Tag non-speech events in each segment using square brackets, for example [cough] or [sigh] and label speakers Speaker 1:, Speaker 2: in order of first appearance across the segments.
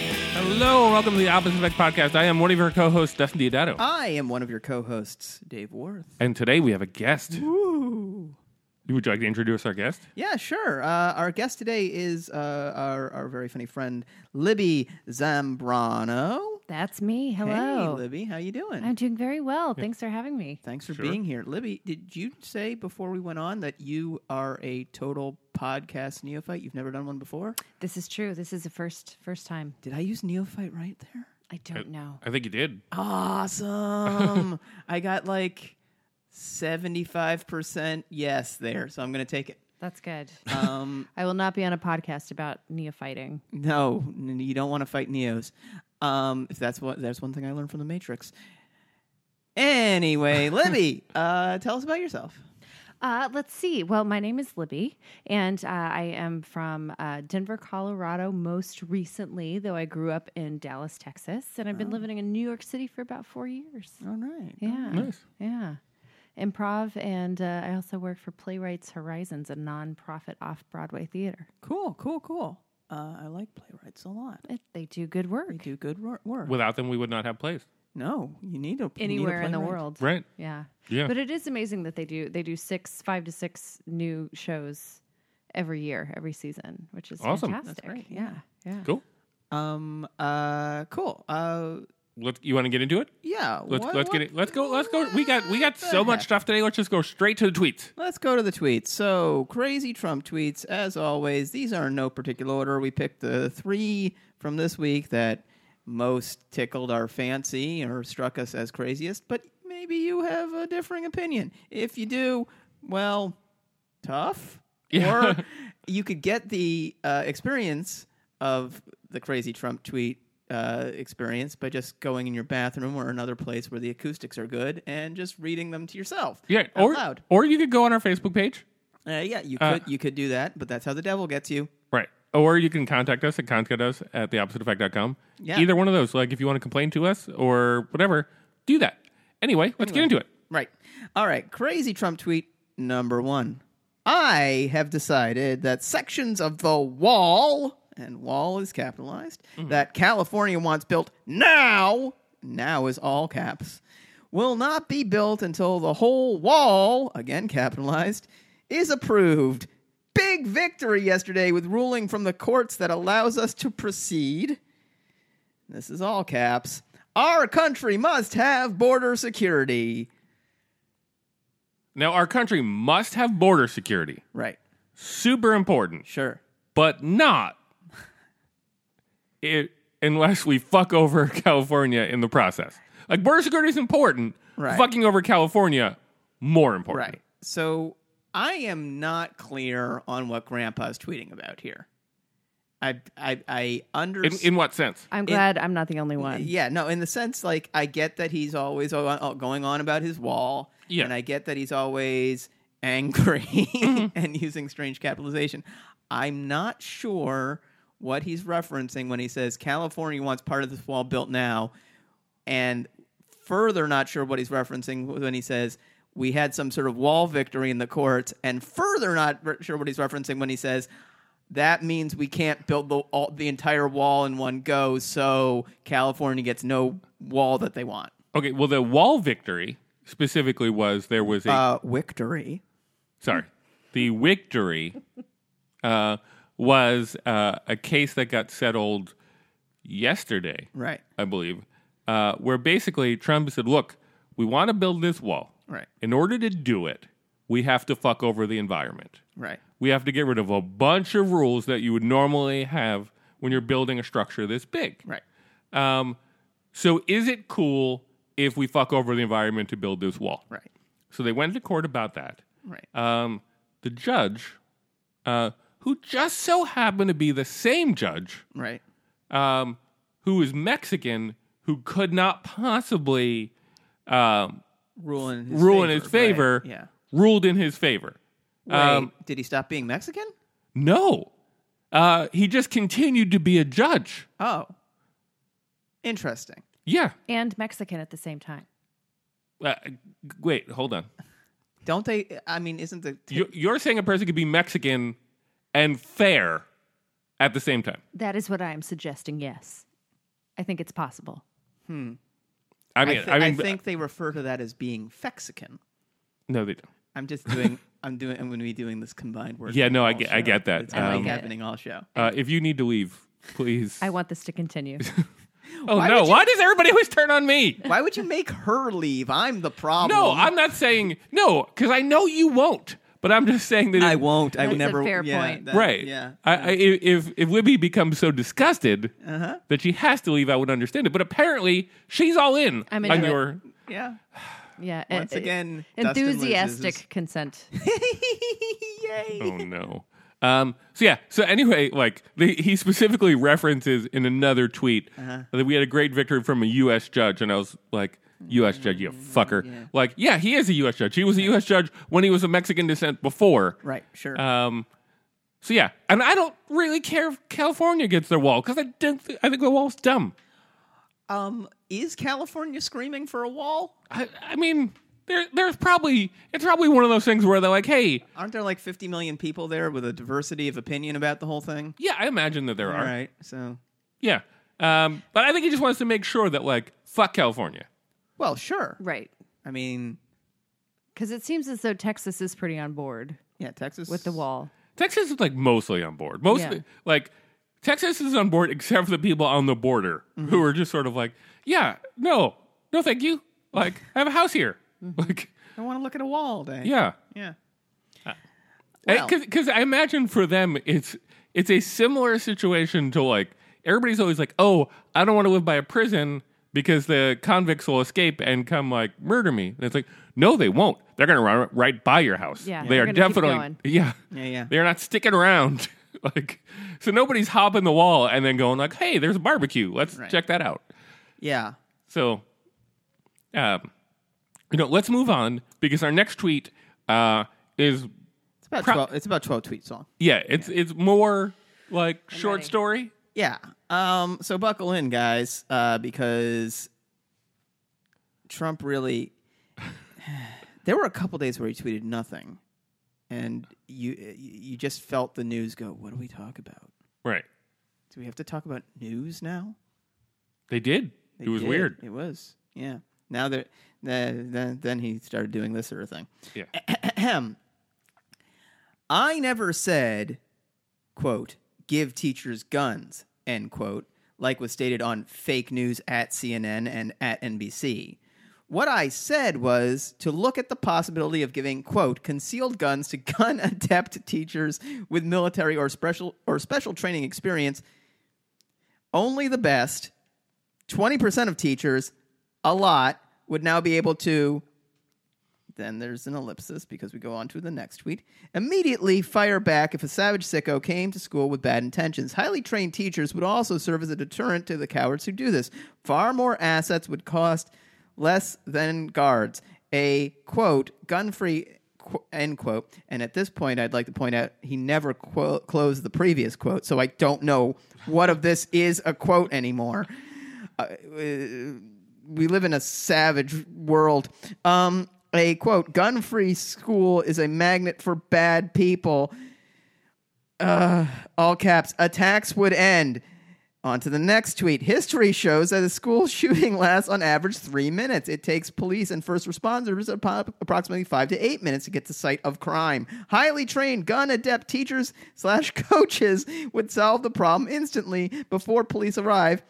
Speaker 1: Hello, and welcome to the Opposite Effect Podcast. I am one of your co-hosts, Dustin Diodato.
Speaker 2: I am one of your co-hosts, Dave Worth.
Speaker 1: and today we have a guest.
Speaker 2: Ooh.
Speaker 1: Would you like to introduce our guest?
Speaker 2: Yeah, sure. Uh, our guest today is uh, our, our very funny friend, Libby Zambrano.
Speaker 3: That's me. Hello.
Speaker 2: Hey, Libby. How you doing?
Speaker 3: I'm doing very well. Thanks for having me.
Speaker 2: Thanks for
Speaker 1: Sure.
Speaker 2: being here. Libby, did you say before we went on that you are a total podcast neophyte? You've never done one before?
Speaker 3: This is true. This is the first first time.
Speaker 2: Did I use neophyte right there?
Speaker 3: I don't
Speaker 2: Uh,
Speaker 3: know.
Speaker 1: I think you did.
Speaker 2: [laughs] Awesome. I got like 75% yes there, so I'm going to take it.
Speaker 3: That's good.
Speaker 2: Um,
Speaker 3: I will not be on a podcast about neophyting.
Speaker 2: No, n- you don't want to fight Neos. Um, if that's what that's one thing I learned from the Matrix. [laughs] Anyway, Libby, uh, tell us about yourself.
Speaker 3: Uh, let's see. Well, my name is Libby, and uh, I am from uh, Denver, Colorado, most recently, though I grew up in Dallas, Texas, and I've been
Speaker 2: Oh.
Speaker 3: living in New York City for about four years.
Speaker 2: All right.
Speaker 3: Yeah.
Speaker 1: Nice.
Speaker 3: Yeah. Improv, and uh, I also work for Playwrights Horizons, a nonprofit off Broadway theater.
Speaker 2: Cool, cool, cool. Uh, I like playwrights a lot.
Speaker 3: It, they do good work.
Speaker 2: They do good wor- work.
Speaker 1: Without them, we would not have plays.
Speaker 2: no, you need a you need a
Speaker 3: anywhere in the
Speaker 2: playwright.
Speaker 3: world.
Speaker 1: Right.
Speaker 3: Yeah.
Speaker 1: Yeah.
Speaker 3: But it is amazing that they do they do six five to six new shows every year, every season, which is
Speaker 1: Awesome. That's
Speaker 3: fantastic.
Speaker 2: great,
Speaker 3: Yeah. Yeah.
Speaker 1: Cool.
Speaker 2: Um. Uh. Cool. Uh.
Speaker 1: Let's, you want to get into it?
Speaker 2: Yeah.
Speaker 1: Let's
Speaker 2: what-
Speaker 1: let's
Speaker 2: what-
Speaker 1: get it. Let's go. Let's go. We got we got
Speaker 2: the
Speaker 1: so much
Speaker 2: heck?
Speaker 1: stuff today. Let's just go straight to the tweets.
Speaker 2: Let's go to the tweets. So, crazy Trump tweets, as always. These are in no particular order. We picked the three from this week that most tickled our fancy or struck us as craziest, but maybe you have a differing opinion. If you do, well, tough.
Speaker 1: Yeah. [laughs]
Speaker 2: Or you could get the uh, experience of the crazy Trump tweet uh, experience by just going in your bathroom or another place where the acoustics are good and just reading them to yourself.
Speaker 1: Yeah.
Speaker 2: out
Speaker 1: Or
Speaker 2: loud.
Speaker 1: or you could go on our Facebook page.
Speaker 2: Uh, yeah, you could you could do that, but that's how the devil gets you.
Speaker 1: Right. Or you can contact us at contact us at theoppositeeffect.com.
Speaker 2: Yeah.
Speaker 1: Either one of those. Like if you want to complain to us or whatever, do that. Anyway, let's get into it.
Speaker 2: Right. All right. Crazy Trump tweet number one. I have decided that sections of the wall and wall is capitalized that California wants built now. Now is all caps. Will not be built until the whole wall, again capitalized, is approved. Big victory yesterday with ruling from the courts that allows us to proceed. This is all caps. Our country must have border security.
Speaker 1: Now our country must have border security.
Speaker 2: Right.
Speaker 1: Super important.
Speaker 2: Sure.
Speaker 1: but not it, unless we fuck over [laughs] California in the process. Like border security is important.
Speaker 2: Right.
Speaker 1: Fucking over California more important.
Speaker 2: Right. So I am not clear on what Grandpa's tweeting about here. I I I
Speaker 1: In,
Speaker 2: understand.
Speaker 1: in what sense?
Speaker 3: I'm glad I'm not the only one.
Speaker 2: Yeah, no, in the sense like I get that he's always o- o- going on about his wall,
Speaker 1: Yeah.
Speaker 2: and I get that he's always [laughs] angry [laughs] and using strange capitalization. I'm not sure what he's referencing when he says California wants part of this wall built now, and further not sure what he's referencing when he says we had some sort of wall victory in the courts, and further not re- sure what he's referencing when he says that means we can't build the all, the entire wall in one go. So California gets no wall that they want.
Speaker 1: Okay, well, the wall victory specifically was there was a.
Speaker 2: Uh, victory.
Speaker 1: sorry. The victory uh, was uh, a case that got settled yesterday,
Speaker 2: Right.
Speaker 1: I believe, uh, where basically Trump said, look, we want to build this wall.
Speaker 2: Right.
Speaker 1: In order to do it, we have to fuck over the environment.
Speaker 2: Right.
Speaker 1: We have to get rid of a bunch of rules that you would normally have when you're building a structure this big.
Speaker 2: Right.
Speaker 1: Um, so is it cool if we fuck over the environment to build this wall?
Speaker 2: Right.
Speaker 1: So they went to court about that.
Speaker 2: Right.
Speaker 1: Um, the judge, uh, who just so happened to be the same judge
Speaker 2: Right.
Speaker 1: um, who is Mexican, who could not possibly um,
Speaker 2: Rule in his
Speaker 1: rule
Speaker 2: favor.
Speaker 1: in his favor,
Speaker 2: Right. Yeah.
Speaker 1: ruled in his favor. Um,
Speaker 2: Wait, did he stop being Mexican?
Speaker 1: No. Uh, he just continued to be a judge.
Speaker 2: Oh. Interesting.
Speaker 1: Yeah.
Speaker 3: And Mexican at the same time.
Speaker 1: Uh, wait, hold
Speaker 2: [laughs]
Speaker 1: on.
Speaker 2: Don't they? I mean, isn't the
Speaker 1: You- You're saying a person could be Mexican and fair at the same time.
Speaker 3: That is what I am suggesting, yes. I think it's possible.
Speaker 1: I
Speaker 2: I,
Speaker 1: mean, I,
Speaker 2: thi- I
Speaker 1: mean,
Speaker 2: think they refer to that as being Fexican.
Speaker 1: no, they don't. [laughs]
Speaker 2: I'm just doing. I'm doing. I'm going to be doing this combined word.
Speaker 1: Yeah, no,
Speaker 2: all
Speaker 1: I get- I
Speaker 2: show.
Speaker 1: get that.
Speaker 2: It's gonna
Speaker 3: Um,
Speaker 2: be happening all show.
Speaker 1: Uh, if you need to leave, please.
Speaker 3: I want this
Speaker 1: [laughs]
Speaker 3: to continue.
Speaker 1: oh no! Why does everybody always turn on
Speaker 2: [laughs]
Speaker 1: me?
Speaker 2: Why would you make her leave? I'm the problem.
Speaker 1: No, I'm not saying no because I know you won't. But I'm just saying that
Speaker 2: I
Speaker 1: it-
Speaker 2: won't. I
Speaker 3: That's a
Speaker 2: would never.
Speaker 3: fair
Speaker 2: yeah,
Speaker 3: point.
Speaker 2: that-
Speaker 1: Right.
Speaker 2: Yeah. Uh-huh.
Speaker 1: I, I, if if Libby becomes so disgusted that she has to leave, I would understand it. But apparently, she's all in
Speaker 3: I'm
Speaker 1: on
Speaker 3: into it.
Speaker 1: your.
Speaker 2: yeah.
Speaker 3: Yeah.
Speaker 2: Once
Speaker 3: uh, uh,
Speaker 2: again, Dustin loses.
Speaker 3: enthusiastic consent.
Speaker 2: [laughs] Yay.
Speaker 1: Oh no. Um, so yeah. So anyway, like the, he specifically references in another tweet
Speaker 2: Uh-huh.
Speaker 1: that we had a great victory from a U.S. judge, and I was like, "U.S. judge,
Speaker 2: Mm-hmm.
Speaker 1: you fucker!" Like, yeah, he is a U.S. judge. He was a U.S. judge when he was of Mexican descent before.
Speaker 2: Right. Sure.
Speaker 1: Um, so yeah, and I don't really care if California gets their wall because I don't. Th- I think the wall's dumb.
Speaker 2: um. Is California screaming for a wall?
Speaker 1: I, I mean, there, there's probably it's probably one of those things where they're like, hey,
Speaker 2: Aren't there like 50 million people there with a diversity of opinion about the whole thing?
Speaker 1: yeah, I imagine that there
Speaker 2: All
Speaker 1: are,
Speaker 2: right. So.
Speaker 1: yeah. Um, but I think he just wants to make sure that like, fuck California.
Speaker 2: Well, sure.
Speaker 3: Right.
Speaker 2: I mean,
Speaker 3: Because it seems as though Texas is pretty on board
Speaker 2: yeah, Texas
Speaker 3: with the wall.
Speaker 1: Texas is like mostly on board. Mostly
Speaker 3: Yeah.
Speaker 1: like Texas is on board except for the people on the border who are just sort of like, yeah, no, no, thank you. Like, I have a house here. Like,
Speaker 2: I want to look at a wall all day.
Speaker 1: yeah.
Speaker 2: Yeah. Well-
Speaker 1: because I imagine for them it's it's a similar situation to like everybody's always like, oh, I don't want to live by a prison because the convicts will escape and come like murder me. And it's like, no, they won't. They're gonna run right by your house.
Speaker 3: Yeah,
Speaker 1: they
Speaker 3: they're
Speaker 1: are
Speaker 3: gonna keep
Speaker 1: definitely
Speaker 3: going.
Speaker 1: [laughs] yeah
Speaker 2: Yeah, yeah.
Speaker 1: They're not sticking around. [laughs] like so nobody's hopping the wall and then going like, hey, there's a barbecue. Let's
Speaker 2: Right.
Speaker 1: check that out.
Speaker 2: Yeah.
Speaker 1: So, um, you know, let's move on because our next tweet uh, is
Speaker 2: It's about
Speaker 1: Pro-
Speaker 2: 12 it's about 12 tweets long.
Speaker 1: Yeah, it's it's more like short
Speaker 3: ready.
Speaker 1: story.
Speaker 2: Yeah. Um so buckle in guys uh because Trump really [sighs] there were a couple days where he tweeted nothing and you you just felt the news go what do we talk about?
Speaker 1: Right.
Speaker 2: Do we have to talk about news now?
Speaker 1: They did.
Speaker 2: They
Speaker 1: it was
Speaker 2: did.
Speaker 1: weird.
Speaker 2: It was. Yeah. Now that then then- then he started doing this sort of thing.
Speaker 1: Yeah.
Speaker 2: Ahem. [clears throat] I never said, quote, give teachers guns, end quote, like was stated on fake news at CNN and at NBC. What I said was to look at the possibility of giving, quote, concealed guns to [laughs] gun adept teachers with military or special or special training experience. Only the best, 20% of teachers, a lot, would now be able to then there's an ellipsis because we go on to the next tweet. Immediately fire back if a savage sicko came to school with bad intentions. Highly trained teachers would also serve as a deterrent to the cowards who do this. Far more assets would cost less than guards. A quote, gun free, qu- end quote. And at this point, I'd like to point out he never qu- closed the previous quote, so I don't know what of this is a quote anymore we live in a savage world. Um, a quote, gun free school is a magnet for bad people. Uh, all caps, attacks would end. On to the next tweet. History shows that a school [laughs] shooting lasts on average three minutes. It takes police and first responders appro- approximately five to eight minutes to get to site of crime. Highly trained gun adept teachers slash [laughs] coaches would solve the problem instantly before police arrive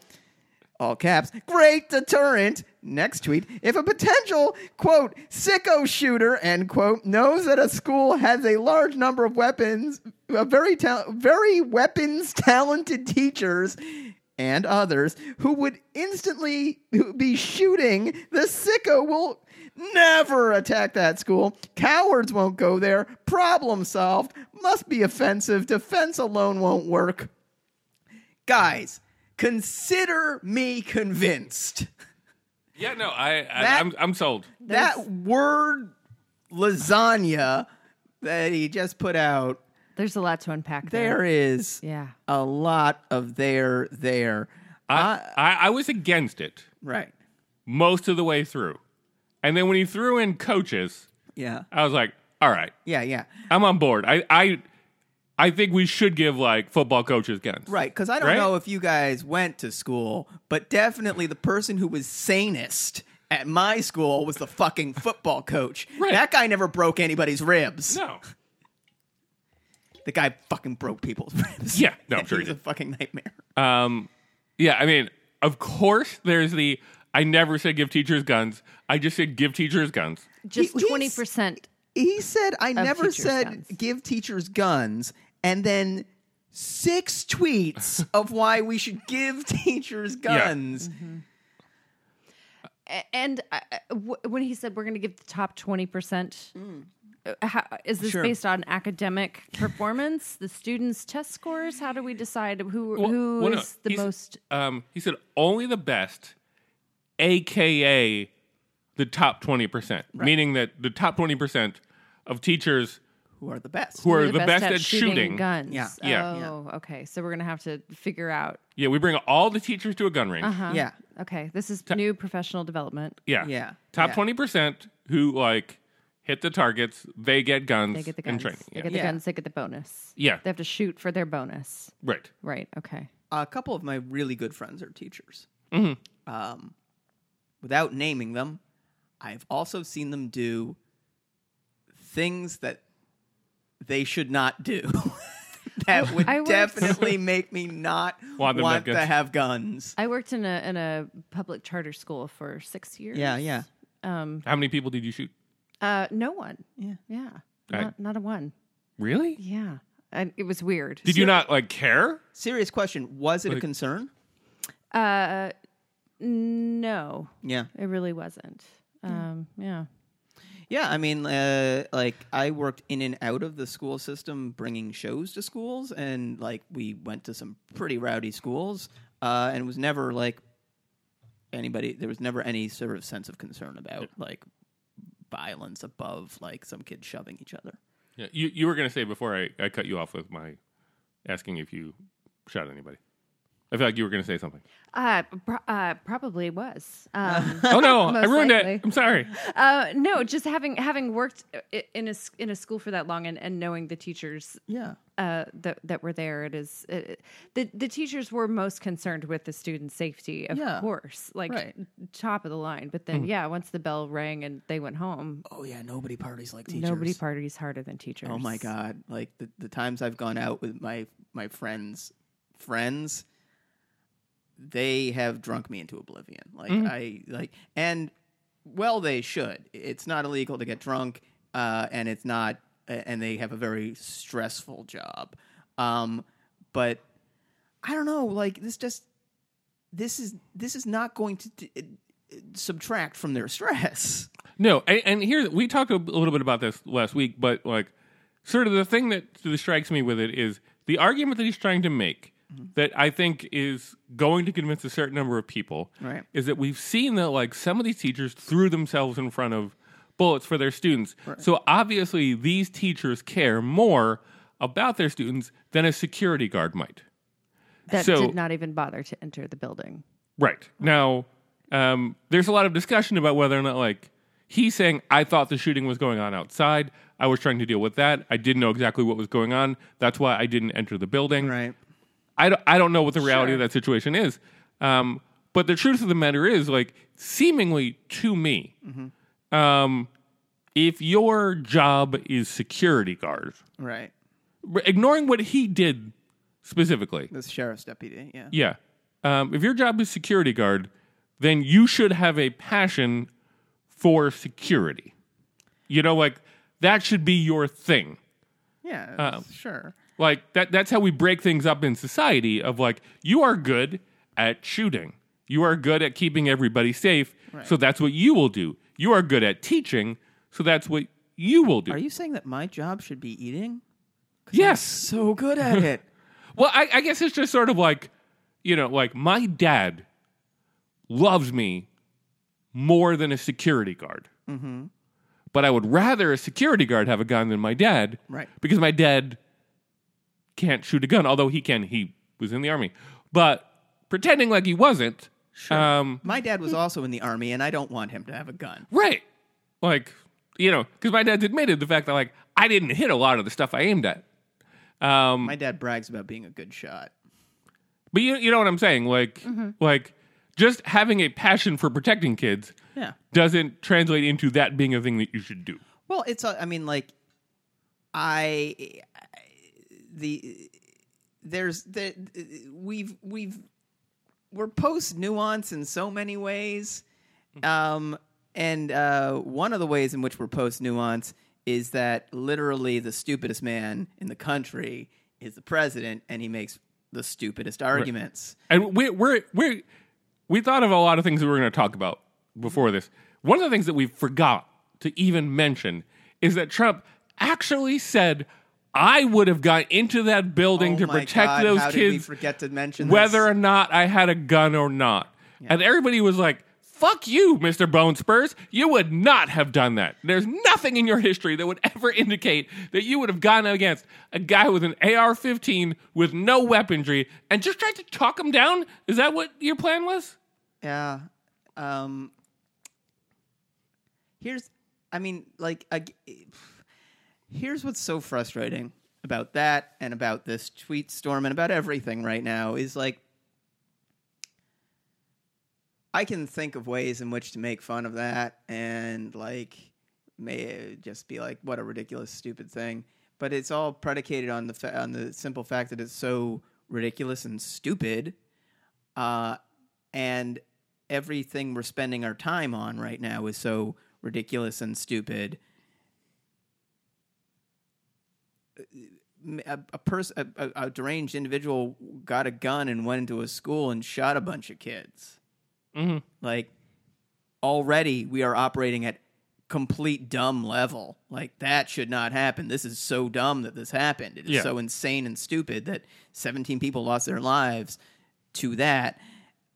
Speaker 2: all caps, great deterrent. Next tweet. If a potential, quote, sicko shooter, end quote, knows that a school has a large number of weapons, uh, very, ta- very weapons talented teachers and others who would instantly be shooting, the sicko will never attack that school. Cowards won't go there. Problem solved. Must be offensive. Defense alone won't work guys, consider me convinced.
Speaker 1: Yeah, no, I, I
Speaker 2: That-
Speaker 1: I'm I'm sold.
Speaker 2: that word lasagna that he just put out,
Speaker 3: There's a lot to unpack there.
Speaker 2: there is
Speaker 3: Yeah.
Speaker 2: a lot of there there.
Speaker 1: I,
Speaker 2: Uh,
Speaker 1: I I was against it
Speaker 2: Right.
Speaker 1: most of the way through, and then when he threw in coaches,
Speaker 2: Yeah.
Speaker 1: I was like, all right,
Speaker 2: Yeah, yeah.
Speaker 1: I'm on board. I I I think we should give like football coaches guns.
Speaker 2: Right, because I don't
Speaker 1: Right?
Speaker 2: know if you guys went to school, but definitely the person who was sanest at my school was the fucking football coach.
Speaker 1: Right.
Speaker 2: That guy never broke anybody's ribs.
Speaker 1: No.
Speaker 2: The guy fucking broke people's ribs.
Speaker 1: Yeah,
Speaker 2: [laughs]
Speaker 1: no, I'm sure he
Speaker 2: was a
Speaker 1: did.
Speaker 2: fucking nightmare.
Speaker 1: Um, yeah, I mean, of course, there's the. I never said give teachers guns. I just said give teachers guns.
Speaker 3: Just
Speaker 2: he's-
Speaker 3: twenty percent.
Speaker 2: He said, I never
Speaker 3: teachers'
Speaker 2: said
Speaker 3: guns.
Speaker 2: give teachers guns, and then six tweets of why we should give [laughs] teachers guns.
Speaker 3: And uh, w- when he said we're going to give the top twenty percent,
Speaker 1: Mm.
Speaker 3: uh, how, is this
Speaker 2: Sure.
Speaker 3: based on academic performance, the students' test scores? How do we decide who who is
Speaker 1: Well- well, no,
Speaker 3: the
Speaker 1: he's-
Speaker 3: most?
Speaker 1: Um, he said only the best, aka the top twenty percent, meaning that the top twenty percent of teachers
Speaker 2: Who are the best?
Speaker 1: who are
Speaker 3: they're
Speaker 1: the, best, at, shooting.
Speaker 3: guns?
Speaker 2: Yeah.
Speaker 1: Yeah.
Speaker 3: Oh, okay. So we're going to have to figure out.
Speaker 1: Yeah, we bring all the teachers to a gun range.
Speaker 3: Huh?
Speaker 2: Yeah.
Speaker 3: Okay. This is new professional development.
Speaker 1: Yeah,
Speaker 2: Yeah.
Speaker 1: Top
Speaker 2: Yeah.
Speaker 1: twenty percent who like hit the targets, they get guns.
Speaker 3: They get the
Speaker 1: and
Speaker 3: guns.
Speaker 1: training.
Speaker 3: They
Speaker 1: Yeah,
Speaker 3: get the
Speaker 2: Yeah.
Speaker 3: guns. They get the bonus.
Speaker 1: Yeah.
Speaker 3: They have to shoot for their bonus.
Speaker 1: right.
Speaker 3: Right. Okay.
Speaker 2: a couple of my really good friends are teachers. Um, without naming them, I've also seen them do things that they should not do. [laughs] that would
Speaker 3: I worked-
Speaker 2: definitely make me not
Speaker 1: Want them to have
Speaker 2: want to
Speaker 1: guns.
Speaker 2: have guns.
Speaker 3: I worked in a in a public charter school for six years.
Speaker 2: Yeah, yeah.
Speaker 3: Um.
Speaker 1: How many people did you shoot?
Speaker 3: Uh. No one.
Speaker 2: Yeah.
Speaker 3: Yeah.
Speaker 1: Right.
Speaker 3: Not, not a one.
Speaker 1: Really?
Speaker 3: Yeah. And it was weird.
Speaker 1: Did you not like care?
Speaker 2: Serious question: Was it a concern?
Speaker 3: Uh. No.
Speaker 2: Yeah,
Speaker 3: It really wasn't. Um. Yeah.
Speaker 2: yeah. I mean, uh, like I worked in and out of the school system, bringing shows to schools, and like we went to some pretty rowdy schools, uh, and it was never like anybody. There was never any sort of sense of concern about like violence above like some kids shoving each other.
Speaker 1: Yeah, you you were gonna say before I, I cut you off with my asking if you shot anybody. I feel like you were gonna say
Speaker 3: [laughs]
Speaker 1: something.
Speaker 3: Uh. Pro- uh probably was. [laughs] Um.
Speaker 1: Oh no, I
Speaker 3: Most
Speaker 1: ruined
Speaker 3: likely.
Speaker 1: it. I'm sorry.
Speaker 3: Uh, no, just having having worked i- in a s- in a school for that long and, and knowing the teachers
Speaker 2: Yeah,
Speaker 3: uh, that that were there, it is it, the the teachers were most concerned with the student safety, of
Speaker 2: Yeah.
Speaker 3: course, like
Speaker 2: Right.
Speaker 3: top of the line. But
Speaker 2: Hmm.
Speaker 3: then, yeah, once the bell rang and they went home,
Speaker 2: Oh yeah, nobody parties like teachers.
Speaker 3: nobody parties harder than teachers.
Speaker 2: Oh my god! Like the, the times I've gone out with my my friends, friends, they have drunk me into oblivion. Like I like, and well, they should. It's not illegal to get drunk, uh, and it's not, and they have a very stressful job. Um, but I don't know. Like this just this is this is not going to. d- subtract from their [laughs] stress
Speaker 1: No, and, and here we talked a little bit about this last week, but like, sort of the thing that sort of strikes me with it is the argument that he's trying to make that I think is going to convince a certain number of people
Speaker 2: Right.
Speaker 1: is that we've seen that like some of these teachers threw themselves in front of bullets for their students, so obviously these teachers care more about their students than a security guard might.
Speaker 3: That
Speaker 1: So-
Speaker 3: did not even bother to enter the building.
Speaker 1: Right. Now, um, there's a lot of discussion about whether or not, like, he's saying, I thought the shooting was going on outside. I was trying to deal with that. I didn't know exactly what was going on. That's why I didn't enter the building. I don't, I don't know what the reality of that situation is. Um, but the truth of the matter is, like, seemingly to me, um, if your job is security guard,
Speaker 2: right
Speaker 1: r- ignoring what he did specifically,
Speaker 2: this sheriff's deputy yeah
Speaker 1: yeah. Um, if your job is security guard, then you should have a passion for security. You know, like that should be your thing.
Speaker 2: yeah sure
Speaker 1: Like that that's how we break things up in society of like you are good at shooting. You are good at keeping everybody safe, so that's what you will do. You are good at teaching, so that's what you will do.
Speaker 2: Are you saying that my job should be eating?
Speaker 1: yes.
Speaker 2: So good at it.
Speaker 1: Well, I, I guess it's just sort of like, you know, like my dad loves me more than a security guard. Mm-hmm. But I would rather a security guard have a gun than my dad.
Speaker 2: Right.
Speaker 1: Because my dad can't shoot a gun, although he can. He was in the army. But pretending like he wasn't. Um,
Speaker 2: [laughs] My dad was also in the army, and I don't want him to have a gun.
Speaker 1: right. Like, you know, because my dad's admitted the fact that, like, I didn't hit a lot of the stuff I aimed at. Um,
Speaker 2: My dad brags about being a good shot.
Speaker 1: but you you know what I'm saying? Like like just having a passion for protecting kids
Speaker 2: Yeah.
Speaker 1: doesn't translate into that being a thing that you should do.
Speaker 2: Well, it's uh, I mean like I the there's the we've we've we're post nuance in so many ways. Um and uh one of the ways in which we're post nuance is that literally the stupidest man in the country is the president and he makes the stupidest arguments.
Speaker 1: And we we're, we're we thought of a lot of things that we were going to talk about before this. One of the things that we forgot to even mention is that Trump actually said, "I would have gone into that building
Speaker 2: Oh
Speaker 1: to
Speaker 2: my
Speaker 1: protect
Speaker 2: God,
Speaker 1: those
Speaker 2: how did we
Speaker 1: kids,
Speaker 2: forget to mention
Speaker 1: whether
Speaker 2: this?
Speaker 1: or not I had a gun or not." And everybody was like. Fuck you, Mr. Bone Spurs. You would not have done that. There's nothing in your history that would ever [laughs] indicate that you would have gone against a guy with an AR 15 with no weaponry and just tried to talk him down. Is that what your plan was?
Speaker 2: Yeah. Um Here's I mean like I, here's what's so frustrating about that and about this tweet storm and about everything right now is like I can think of ways in which to make fun of that and like may just be like what a ridiculous stupid thing but it's all predicated on the fa- on the simple fact that it's so ridiculous and stupid uh, and everything we're spending our time on right now is so ridiculous and stupid. A, Uh, a person, a, a deranged individual, got a gun and went into a school and shot a bunch of kids. Mm-hmm. Like already, we are operating at complete dumb level. Like that should not happen. This is so dumb that this happened. It is
Speaker 1: Yeah.
Speaker 2: so insane and stupid that 17 people lost their lives to that.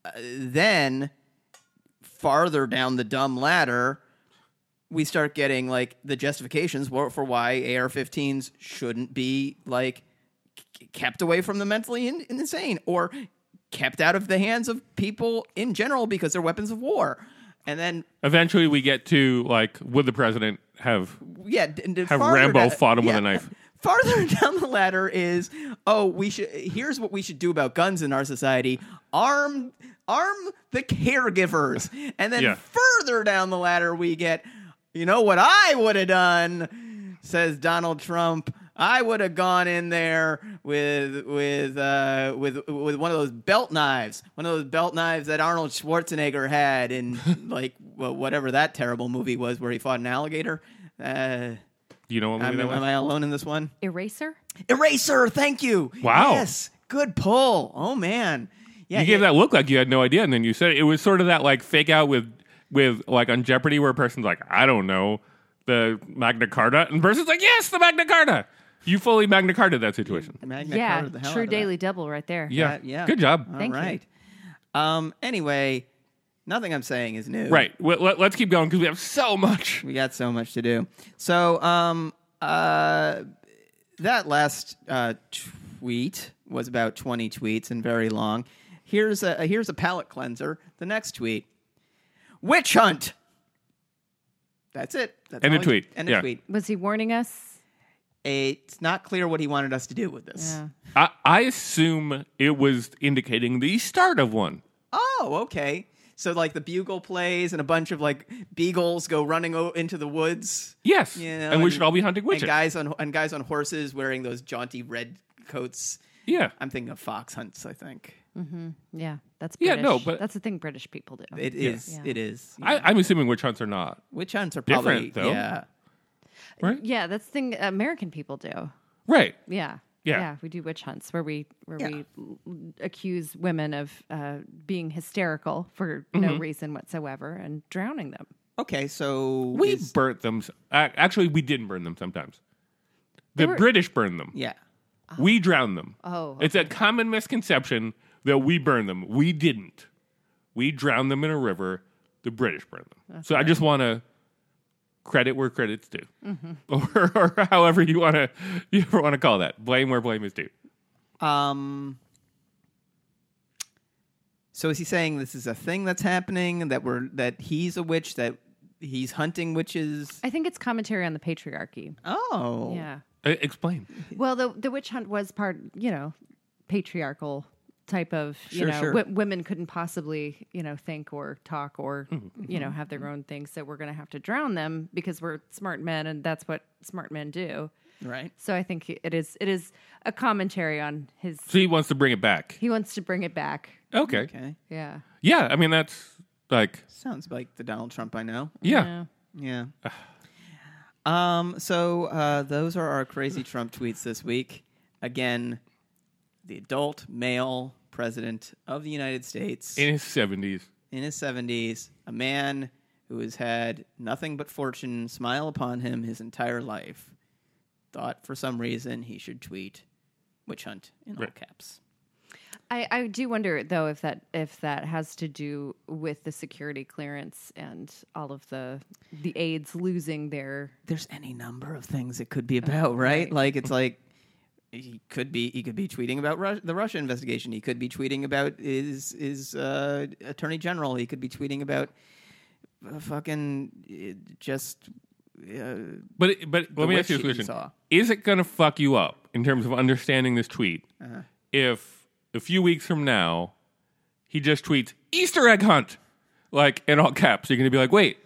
Speaker 2: Uh, then farther down the dumb ladder, we start getting like the justifications for, for why AR-15s shouldn't be like k- kept away from the mentally in- insane or kept out of the hands of people in general because they're weapons of war. And then
Speaker 1: Eventually, we get to like, would the president have?
Speaker 2: yeah, d- d-
Speaker 1: Have
Speaker 2: farther
Speaker 1: Rambo
Speaker 2: down-
Speaker 1: fought him with a knife.
Speaker 2: Farther [laughs] down the ladder is, oh, we should. Here's what we should do about guns in our society: arm, arm the caregivers, and then
Speaker 1: Yeah.
Speaker 2: further down the ladder we get, you know what I would have done, says Donald Trump. I would have gone in there with with uh, with with one of those belt knives, one of those belt knives that Arnold Schwarzenegger had
Speaker 1: [laughs]
Speaker 2: in like well, whatever that terrible movie was where he fought an alligator. Uh,
Speaker 1: You know what movie
Speaker 2: I'm,
Speaker 1: that was?
Speaker 2: am I alone in this one?
Speaker 3: Eraser?
Speaker 2: Eraser, thank you.
Speaker 1: Wow.
Speaker 2: Yes, good pull. Oh man, yeah.
Speaker 1: you gave that look like you had no idea, and then you said it, it was sort of that like fake out with with like on Jeopardy, where a person's like, I don't know the Magna Carta, and the person's like, yes, the Magna Carta. You fully Magna Carta that situation.
Speaker 2: Magna
Speaker 3: yeah,
Speaker 2: Carta the hell out
Speaker 3: true
Speaker 2: of that.
Speaker 3: daily double right there.
Speaker 1: Yeah,
Speaker 2: Uh, yeah.
Speaker 1: Good job.
Speaker 2: All
Speaker 3: Thank you.
Speaker 2: right. Um. Anyway, nothing I'm saying is new.
Speaker 1: Right. Well, let, let's keep going because we have so much.
Speaker 2: We got so much to do. So, um, uh, that last uh, tweet was about 20 tweets and very long. Here's a here's a palate cleanser. The next tweet, witch hunt. That's it. That's
Speaker 1: End
Speaker 2: all
Speaker 1: of
Speaker 2: he-
Speaker 1: tweet.
Speaker 2: End
Speaker 1: Yeah.
Speaker 2: of tweet.
Speaker 3: Was he warning us?
Speaker 2: it's not clear what he wanted us to do with this.
Speaker 3: Yeah.
Speaker 1: I, I assume it was indicating the start of one.
Speaker 2: Oh, okay. So like the bugle plays and a bunch of like beagles go running o- into the woods.
Speaker 1: Yes.
Speaker 2: You know,
Speaker 1: and, we should all be hunting witches.
Speaker 2: And guys on and guys on horses wearing those jaunty red coats.
Speaker 1: yeah.
Speaker 2: I'm thinking of fox hunts. I think
Speaker 3: Yeah, that's
Speaker 1: Yeah,
Speaker 3: British.
Speaker 1: no, but-
Speaker 3: that's the thing British people do.
Speaker 2: it is.
Speaker 3: Yeah.
Speaker 2: It is.
Speaker 1: I, I'm assuming witch hunts are not.
Speaker 2: Witch hunts are probably
Speaker 1: Different, though.
Speaker 2: yeah.
Speaker 1: Right?
Speaker 3: yeah, that's the thing American people do.
Speaker 1: Right.
Speaker 3: Yeah.
Speaker 1: Yeah.
Speaker 3: we do witch hunts where we where
Speaker 2: Yeah.
Speaker 3: we l- accuse women of uh, being hysterical for
Speaker 2: Mm-hmm.
Speaker 3: no reason whatsoever and drowning them.
Speaker 2: Okay, so
Speaker 1: We
Speaker 2: is-
Speaker 1: burnt them. s- ac- Actually, we didn't burn them sometimes. The
Speaker 3: were-
Speaker 1: British burned them.
Speaker 2: yeah.
Speaker 1: We drowned them.
Speaker 3: Oh,
Speaker 1: It's a common misconception that we burned them. We didn't. We drowned them in a river. The British burned them. so I just want to credit where credit's due. [laughs] Or, or however you want to [laughs] you want to call that. Blame where blame is due.
Speaker 2: Um. So is he saying this is a thing that's happening that we're that he's a witch that he's hunting witches?
Speaker 3: I think it's commentary on the patriarchy.
Speaker 2: Oh,
Speaker 3: Yeah.
Speaker 1: E- Explain.
Speaker 3: Well, the the witch hunt was part, you know, patriarchal type of, you
Speaker 2: Sure,
Speaker 3: know,
Speaker 2: sure.
Speaker 3: wo- women couldn't possibly, you know, think or talk or,
Speaker 2: Mm-hmm.
Speaker 3: you know, have their own things. So we're going to have to drown them because we're smart men, and that's what smart men do.
Speaker 2: Right.
Speaker 3: So I think it is it is a commentary on his.
Speaker 1: So he wants to bring it back.
Speaker 3: He wants to bring it back.
Speaker 1: Okay.
Speaker 2: Okay.
Speaker 3: Yeah.
Speaker 1: Yeah, I mean that's like
Speaker 2: Sounds like the Donald Trump I know.
Speaker 1: yeah.
Speaker 3: Yeah.
Speaker 2: Yeah. um. So uh, those are our crazy Trump tweets this week. Again, the adult male president of the United States
Speaker 1: In his seventies.
Speaker 2: in his seventies, a man who has had nothing but fortune smile upon him his entire life, thought for some reason he should tweet "witch hunt" in all
Speaker 1: Right.
Speaker 2: caps.
Speaker 3: I, I do wonder though if that if that has to do with the security clearance and all of the the aides losing their
Speaker 2: there's any number of things it could be [laughs] about, right? Like it's like he could be he could be tweeting about Rus- the Russia investigation. He could be tweeting about his his uh, attorney general. He could be tweeting about uh, fucking uh, just
Speaker 1: But it- but let me
Speaker 2: witch
Speaker 1: ask you a
Speaker 2: he
Speaker 1: question:
Speaker 2: saw.
Speaker 1: Is it going to fuck you up in terms of understanding this tweet? If a few weeks from now he just tweets Easter egg hunt, like in all caps, you're going to be like, wait,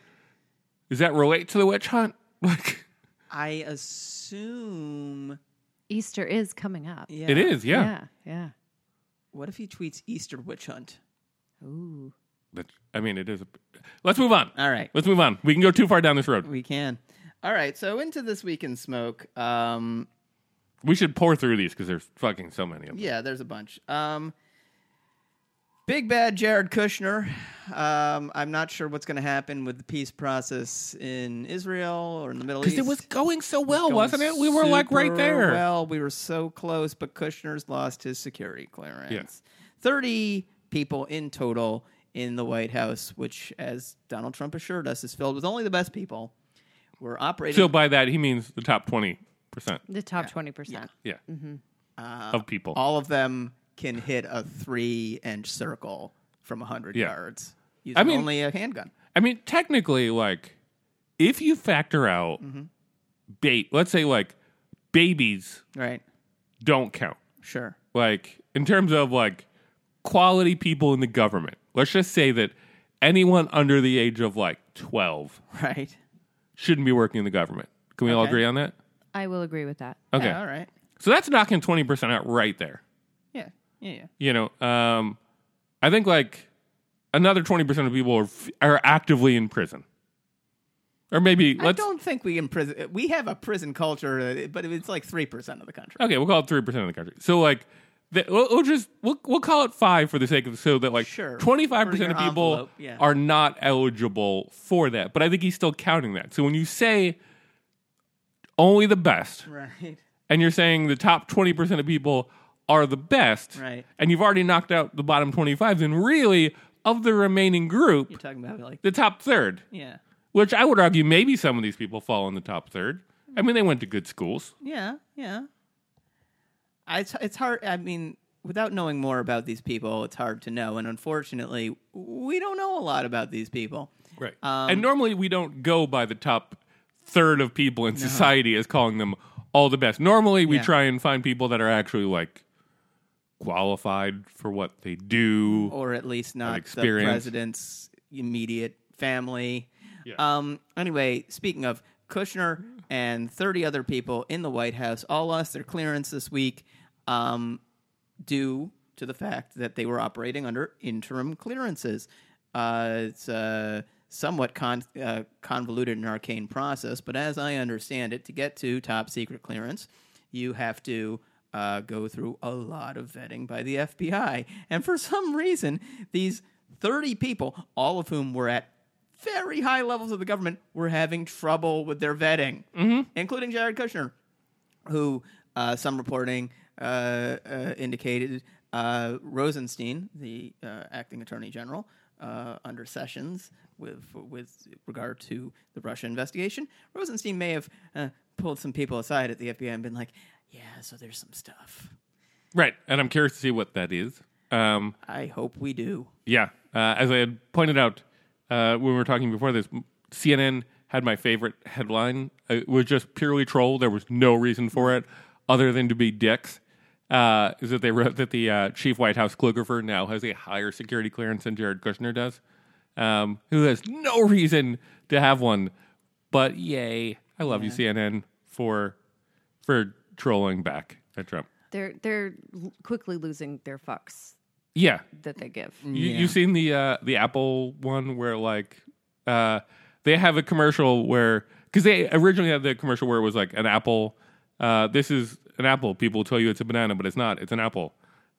Speaker 1: does that relate to the witch hunt? [laughs] Like
Speaker 2: I assume
Speaker 3: Easter is coming up.
Speaker 2: yeah.
Speaker 1: it is, yeah.
Speaker 3: Yeah. yeah.
Speaker 2: What if he tweets Easter witch hunt?
Speaker 3: Ooh.
Speaker 1: But I mean, it is. A, let's move on.
Speaker 2: All right.
Speaker 1: Let's move on. We can go too far down this road.
Speaker 2: We can. All right, so into this week in smoke. Um,
Speaker 1: We should pour through these because there's fucking so many of them.
Speaker 2: Yeah, there's a bunch. Um, big bad Jared Kushner. Um, I'm not sure what's going to happen with the peace process in Israel or in the Middle East.
Speaker 1: Because it was going so well,
Speaker 2: Going
Speaker 1: wasn't it? We were like right
Speaker 2: super
Speaker 1: there.
Speaker 2: Well, we were so close, but Kushner's lost his security clearance.
Speaker 1: Yeah.
Speaker 2: 30 people in total in the White House, which, as Donald Trump assured us, is filled with only the best people. We're operating.
Speaker 1: So by that he means the top twenty percent.
Speaker 3: The top twenty percent.
Speaker 1: Yeah.
Speaker 2: Mm-hmm. Uh,
Speaker 1: of people.
Speaker 2: all of them can hit a three inch circle from 100
Speaker 1: Yeah.
Speaker 2: yards using
Speaker 1: I mean-
Speaker 2: only a handgun.
Speaker 1: I mean, technically, like, if you factor out
Speaker 2: Mm-hmm.
Speaker 1: bait, let's say like babies
Speaker 2: Right.
Speaker 1: don't count.
Speaker 2: Sure. [laughs]
Speaker 1: Like, in terms of like quality people in the government, let's just say that anyone under the age of like 12
Speaker 2: Right.
Speaker 1: shouldn't be working in the government. Can we all
Speaker 2: Okay.
Speaker 1: agree on that?
Speaker 3: I will agree with that.
Speaker 1: Okay.
Speaker 2: Yeah, all right.
Speaker 1: So that's knocking 20% out right there.
Speaker 2: Yeah. Yeah. yeah.
Speaker 1: you know, um, I think like another twenty percent of people are f- are actively in prison, or maybe
Speaker 2: I
Speaker 1: let's
Speaker 2: don't think we imprison. We have a prison culture, uh, but it's like three percent of the country.
Speaker 1: okay, we'll call it three percent of the country. So like, the, we'll, we'll just we'll we'll call it five for the sake of so that like
Speaker 2: Sure.
Speaker 1: twenty five percent of
Speaker 2: For your
Speaker 1: people
Speaker 2: envelope, yeah.
Speaker 1: are not eligible for that. But I think he's still counting that. So when you say only the best,
Speaker 2: [laughs] Right.
Speaker 1: and you're saying the top twenty percent of people are the best,
Speaker 2: Right.
Speaker 1: and you've already knocked out the bottom twenty five, then really of the remaining group.
Speaker 2: You're talking about like
Speaker 1: the top third,
Speaker 2: yeah,
Speaker 1: which I would argue maybe some of these people fall in the top third. I mean, they went to good schools.
Speaker 2: yeah, yeah. I, it's it's hard. I mean, without knowing more about these people, it's hard to know. And unfortunately, we don't know a lot about these people.
Speaker 1: Right. and normally we don't go by the top third of people in society as calling them all the best. Normally we
Speaker 2: Yeah.
Speaker 1: try and find people that are actually like qualified for what they do.
Speaker 2: or at least not the
Speaker 1: experience.
Speaker 2: president's immediate family.
Speaker 1: Yeah.
Speaker 2: Um, anyway, speaking of Kushner and 30 other people in the White House, all lost their clearance this week um, due to the fact that they were operating under interim clearances. Uh, it's a somewhat con- uh, convoluted and arcane process, but as I understand it, to get to top secret clearance, you have to uh, go through a lot of vetting by the FBI. And for some reason, these 30 people, all of whom were at very high levels of the government, were having trouble with their vetting, including Jared Kushner, who uh, some reporting uh, uh, indicated uh, Rosenstein, the uh, acting attorney general. Uh, under Sessions, with with regard to the Russia investigation, Rosenstein may have uh, pulled some people aside at the FBI and been like, "Yeah, so there's some stuff.
Speaker 1: Right. And I'm curious to see what that is. Um,
Speaker 2: I hope we do."
Speaker 1: Yeah. Uh, as I had pointed out uh, when we were talking before this, m- CNN had my favorite headline. Uh, It was just purely troll. There was no reason for it other than to be dicks. Uh, is that they wrote that the uh, chief White House calligrapher now has a higher security clearance than Jared Kushner does, um, who has no reason to have one. But yay, I love you CNN for for trolling back at Trump.
Speaker 3: They're they're l- quickly losing their fucks
Speaker 1: Yeah,
Speaker 3: that they give.
Speaker 1: You, You've seen the uh, the Apple one where like uh, they have a commercial where because they originally had the commercial where it was like an apple. Uh, this is an apple. People tell you it's a banana, but it's not. It's an apple.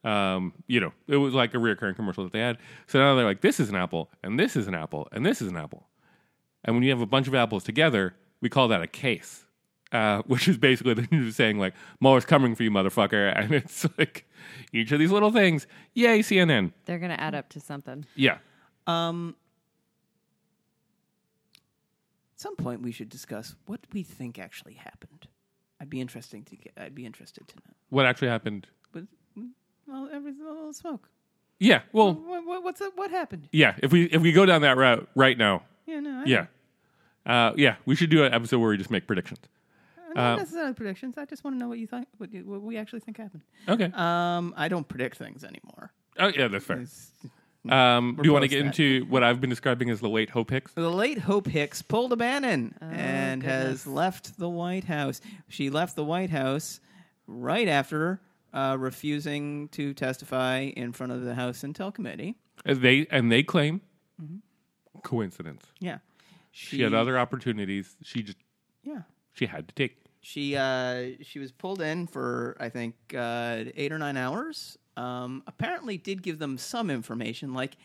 Speaker 1: Um, you know, it was like a reoccurring commercial that they had. So now they're like, this is an apple, and this is an apple, and this is an apple. And when you have a bunch of apples together, we call that a case, uh, [laughs] which is basically the news saying, like, Mueller's coming for you, motherfucker. [laughs] And it's like each of these little things. Yay, CNN.
Speaker 3: They're gonna add up to something.
Speaker 1: Yeah.
Speaker 2: Um, at some point, we should discuss what we think actually happened. I'd be interesting to. Get, I'd be interested to know.
Speaker 1: What actually happened?
Speaker 2: But well, everything all the smoke.
Speaker 1: Yeah. Well,
Speaker 2: What, what, what's up? What happened?
Speaker 1: yeah. If we if we go down that route right now,
Speaker 2: Yeah, no. I
Speaker 1: yeah, uh, yeah, we should do an episode where we just make predictions.
Speaker 2: I
Speaker 1: uh,
Speaker 2: don't necessarily predictions. I just want to know what you think. What, you- what we actually think happened.
Speaker 1: Okay.
Speaker 2: Um, I don't predict things anymore.
Speaker 1: oh yeah, that's fair. Um, do you want to
Speaker 2: past
Speaker 1: get
Speaker 2: that.
Speaker 1: into what I've been describing as the late hope hicks?
Speaker 2: The late Hope Hicks pulled a Bannon and has left the White House. She left the White House right after uh, refusing to testify in front of the House Intel Committee.
Speaker 1: As they and they claim coincidence.
Speaker 2: Yeah,
Speaker 1: Mm-hmm. She had other opportunities. She just
Speaker 2: Yeah,
Speaker 1: she had to take.
Speaker 2: she uh, she was pulled in for I think uh, eight or nine hours. Um, apparently, did give them some information, like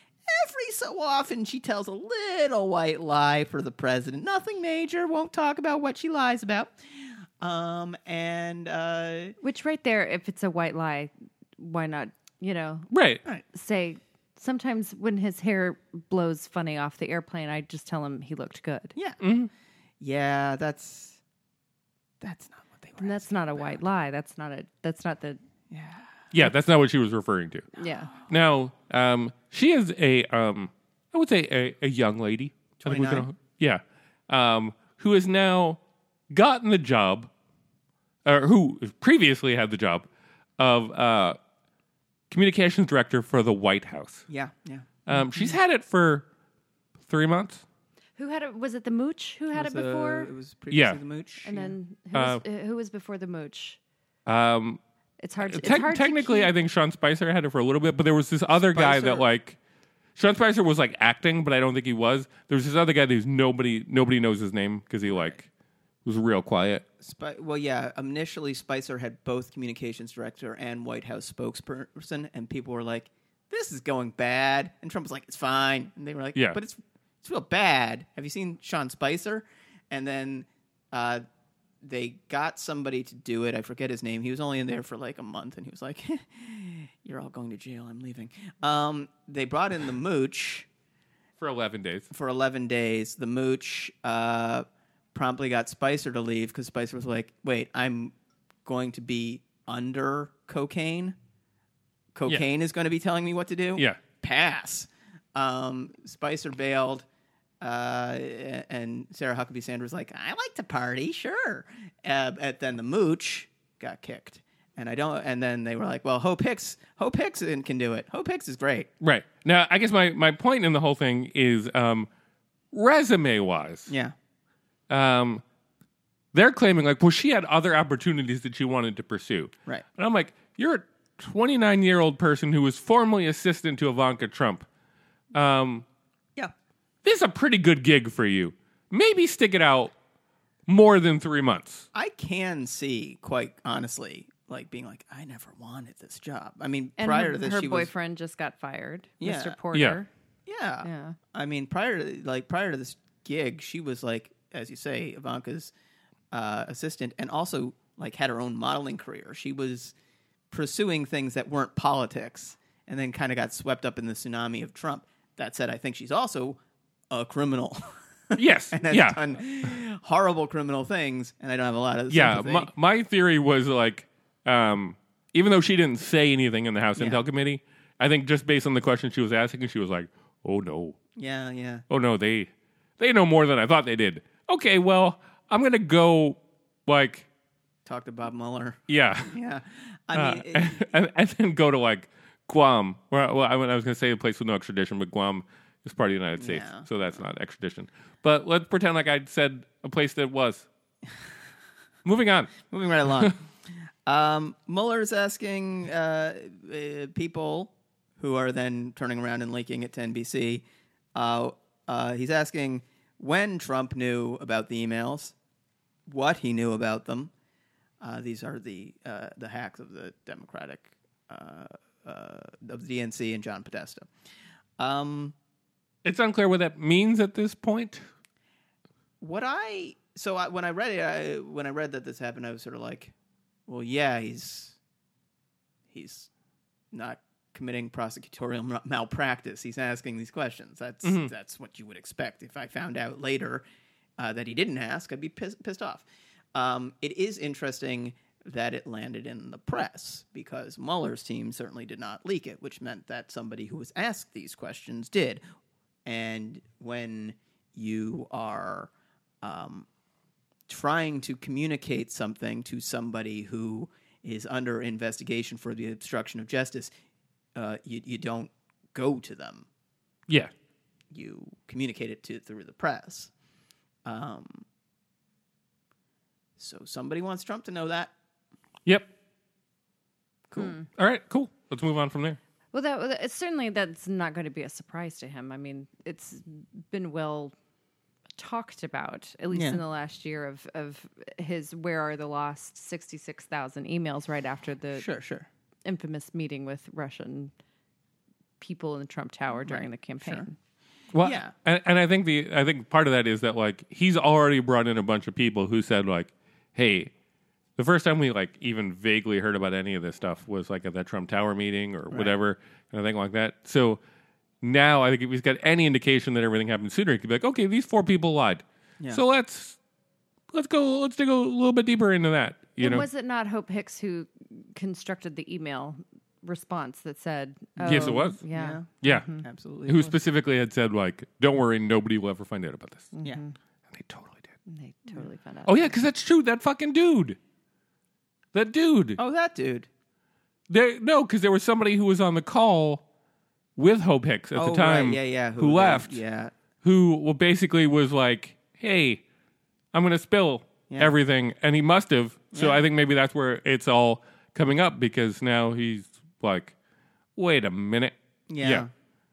Speaker 2: every so often she tells a little white lie for the president. Nothing major. Won't talk about what she lies about. Um, and uh,
Speaker 3: Which right there, if it's a white lie, why not? You know,
Speaker 1: Right.
Speaker 3: say sometimes when his hair blows funny off the airplane, I just tell him he looked good.
Speaker 2: yeah, yeah, that's that's not what they were.
Speaker 3: And that's not a white lie. That's not a. That's not the.
Speaker 1: Yeah, that's not what she was referring to.
Speaker 3: Yeah.
Speaker 1: Now, um, she is a, um, I would say a, a young lady. I think we can-
Speaker 2: 29.
Speaker 1: yeah. Um, who has now gotten the job, or who previously had the job of uh, communications director for the White House.
Speaker 2: Yeah, yeah.
Speaker 1: Um, she's had it for three months.
Speaker 3: Who had it? Was it the mooch? Who had it,
Speaker 2: was, uh,
Speaker 3: before?
Speaker 2: it was previously
Speaker 1: Yeah.
Speaker 2: the mooch.
Speaker 3: and
Speaker 2: yeah.
Speaker 3: then who was, uh, who was before the mooch?
Speaker 1: Um,
Speaker 3: It's hard. To,
Speaker 1: Tec-
Speaker 3: it's hard
Speaker 1: technically,
Speaker 3: to
Speaker 1: I
Speaker 3: keep-
Speaker 1: think Sean Spicer had it for a little bit, but there was this other guy
Speaker 2: Spicer-
Speaker 1: that like Sean Spicer was like acting, but I don't think he was. There was this other guy who's nobody nobody knows his name because he like was real quiet.
Speaker 2: Spi- well, yeah. Initially, Spicer had both communications director and White House spokesperson, and people were like, "This is going bad," and Trump was like, "It's fine," and they were like,
Speaker 1: Yeah.
Speaker 2: but it's it's real bad." Have you seen Sean Spicer? And then uh, they got somebody to do it. I forget his name. He was only in there for like a month, and he was like, [laughs] "You're all going to jail. I'm leaving." Um, they brought in the mooch
Speaker 1: for eleven days.
Speaker 2: for 11 days. The mooch uh, promptly got Spicer to leave because Spicer was like, wait, I'm going to be under cocaine. Cocaine is going to be telling me what to do?
Speaker 1: Yeah.
Speaker 2: Pass. Um, Spicer bailed. Uh, and Sarah Huckabee Sanders was like, I like to party, sure. Uh, and then the mooch got kicked. And I don't. And then they were like, "Well, Hope Hicks, Hope Hicks can do it. Hope Hicks is great."
Speaker 1: Right now, I guess my my point in the whole thing is um, resume wise.
Speaker 2: Yeah,
Speaker 1: um, they're claiming like, well, she had other opportunities that she wanted to pursue.
Speaker 2: Right.
Speaker 1: And I'm like, you're a 29 year old person who was formerly assistant to Ivanka Trump. Um,
Speaker 2: yeah.
Speaker 1: this is a pretty good gig for you. Maybe stick it out more than three
Speaker 2: [laughs]
Speaker 1: months.
Speaker 2: I can see quite honestly, like being like, I never wanted this job. I mean,
Speaker 3: And
Speaker 2: prior
Speaker 3: her,
Speaker 2: to this,
Speaker 3: her
Speaker 2: she
Speaker 3: boyfriend just got fired,
Speaker 2: Yeah. Yeah.
Speaker 3: Mr. Porter.
Speaker 2: was yeah.
Speaker 3: Yeah.
Speaker 2: I mean, prior to like prior to this gig, she was like, as you say, Ivanka's uh, assistant, and also like had her own modeling career. She was pursuing things that weren't politics, and then kind of got swept up in the tsunami of Trump. That said, I think she's also a criminal. [laughs]
Speaker 1: Yes.
Speaker 2: and has
Speaker 1: yeah.
Speaker 2: done horrible criminal things, and I don't have a lot of
Speaker 1: yeah.
Speaker 2: sympathy.
Speaker 1: My, my theory was like, um, even though she didn't say anything in the House Intel Committee, I think just based on the question she was asking, she was like, oh no.
Speaker 2: yeah, yeah.
Speaker 1: oh no they they know more than i thought they did okay, well, I'm going to go like,
Speaker 2: Talk to Bob Mueller.
Speaker 1: yeah.
Speaker 2: Yeah. I mean,
Speaker 1: eh.
Speaker 2: it-
Speaker 1: and, and then go to like Guam. Where, well, I, mean, I was going to say a place with no extradition, but Guam is part of the United States,
Speaker 2: No.
Speaker 1: so that's not extradition. But let's pretend like I said a place that was. Moving on.
Speaker 2: [laughs] moving right along. um, Mueller's asking uh, uh, people who are then turning around and leaking it to NBC. Uh, uh, he's asking when Trump knew about the emails, what he knew about them. Uh, these are the uh, the hacks of the Democratic uh, uh, of the DNC and John Podesta. Um,
Speaker 1: It's unclear what that means at this point.
Speaker 2: what I so I, when I read it, I, when I read that this happened, I was sort of like, well, yeah, he's he's not committing prosecutorial [laughs] mal- malpractice. He's asking these questions. That's that's what you would expect. If I found out later uh, that he didn't ask, I'd be piss, pissed off. Um, it is interesting that it landed in the press because Mueller's team certainly did not leak it, which meant that somebody who was asked these questions did. And when you are um, trying to communicate something to somebody who is under investigation for the obstruction of justice, uh, you, you don't go to them.
Speaker 1: Yeah.
Speaker 2: You communicate it to through the press. Um, so somebody wants Trump to know that.
Speaker 1: Yep. Cool. All right, cool. Let's move on from there.
Speaker 3: Well, that that- it's certainly that's not going to be a surprise to him. I mean, it's been well talked about, at least
Speaker 2: Yeah.
Speaker 3: in the last year, of of his "Where Are the Lost" sixty six thousand emails right after the
Speaker 2: Sure, sure.
Speaker 3: infamous meeting with Russian people in the Trump Tower during the campaign.
Speaker 1: Well,
Speaker 2: Yeah.
Speaker 1: and, and I think the I think part of that is that like he's already brought in a bunch of people who said like, "Hey, the first time we like even vaguely heard about any of this stuff was like at that Trump Tower meeting or whatever, and a thing like that." So now I think if he's got any indication that everything happened sooner, he could be like, "Okay, these four people lied, so let's let's go let's dig a little bit deeper into that." You
Speaker 3: and
Speaker 1: know,
Speaker 3: was it not Hope Hicks who constructed the email response that said, oh,
Speaker 1: Yes, it was.
Speaker 3: Yeah.
Speaker 1: yeah,
Speaker 2: Absolutely.
Speaker 1: who specifically had said like, "Don't worry, nobody will ever find out about this,"
Speaker 2: yeah.
Speaker 1: and they totally did.
Speaker 3: And They totally found out.
Speaker 1: Oh yeah, because that's true. That fucking dude. That dude.
Speaker 2: Oh, that dude.
Speaker 1: There, no, because there was somebody who was on the call with Hope Hicks at
Speaker 2: oh,
Speaker 1: the
Speaker 2: right,
Speaker 1: time.
Speaker 2: Yeah, yeah.
Speaker 1: Who, left?
Speaker 2: Yeah.
Speaker 1: Who well, basically was like, "Hey, I'm gonna spill
Speaker 2: Yeah.
Speaker 1: everything," and he must have. So I think maybe that's where it's all coming up because now he's like, "Wait a minute."
Speaker 2: Yeah.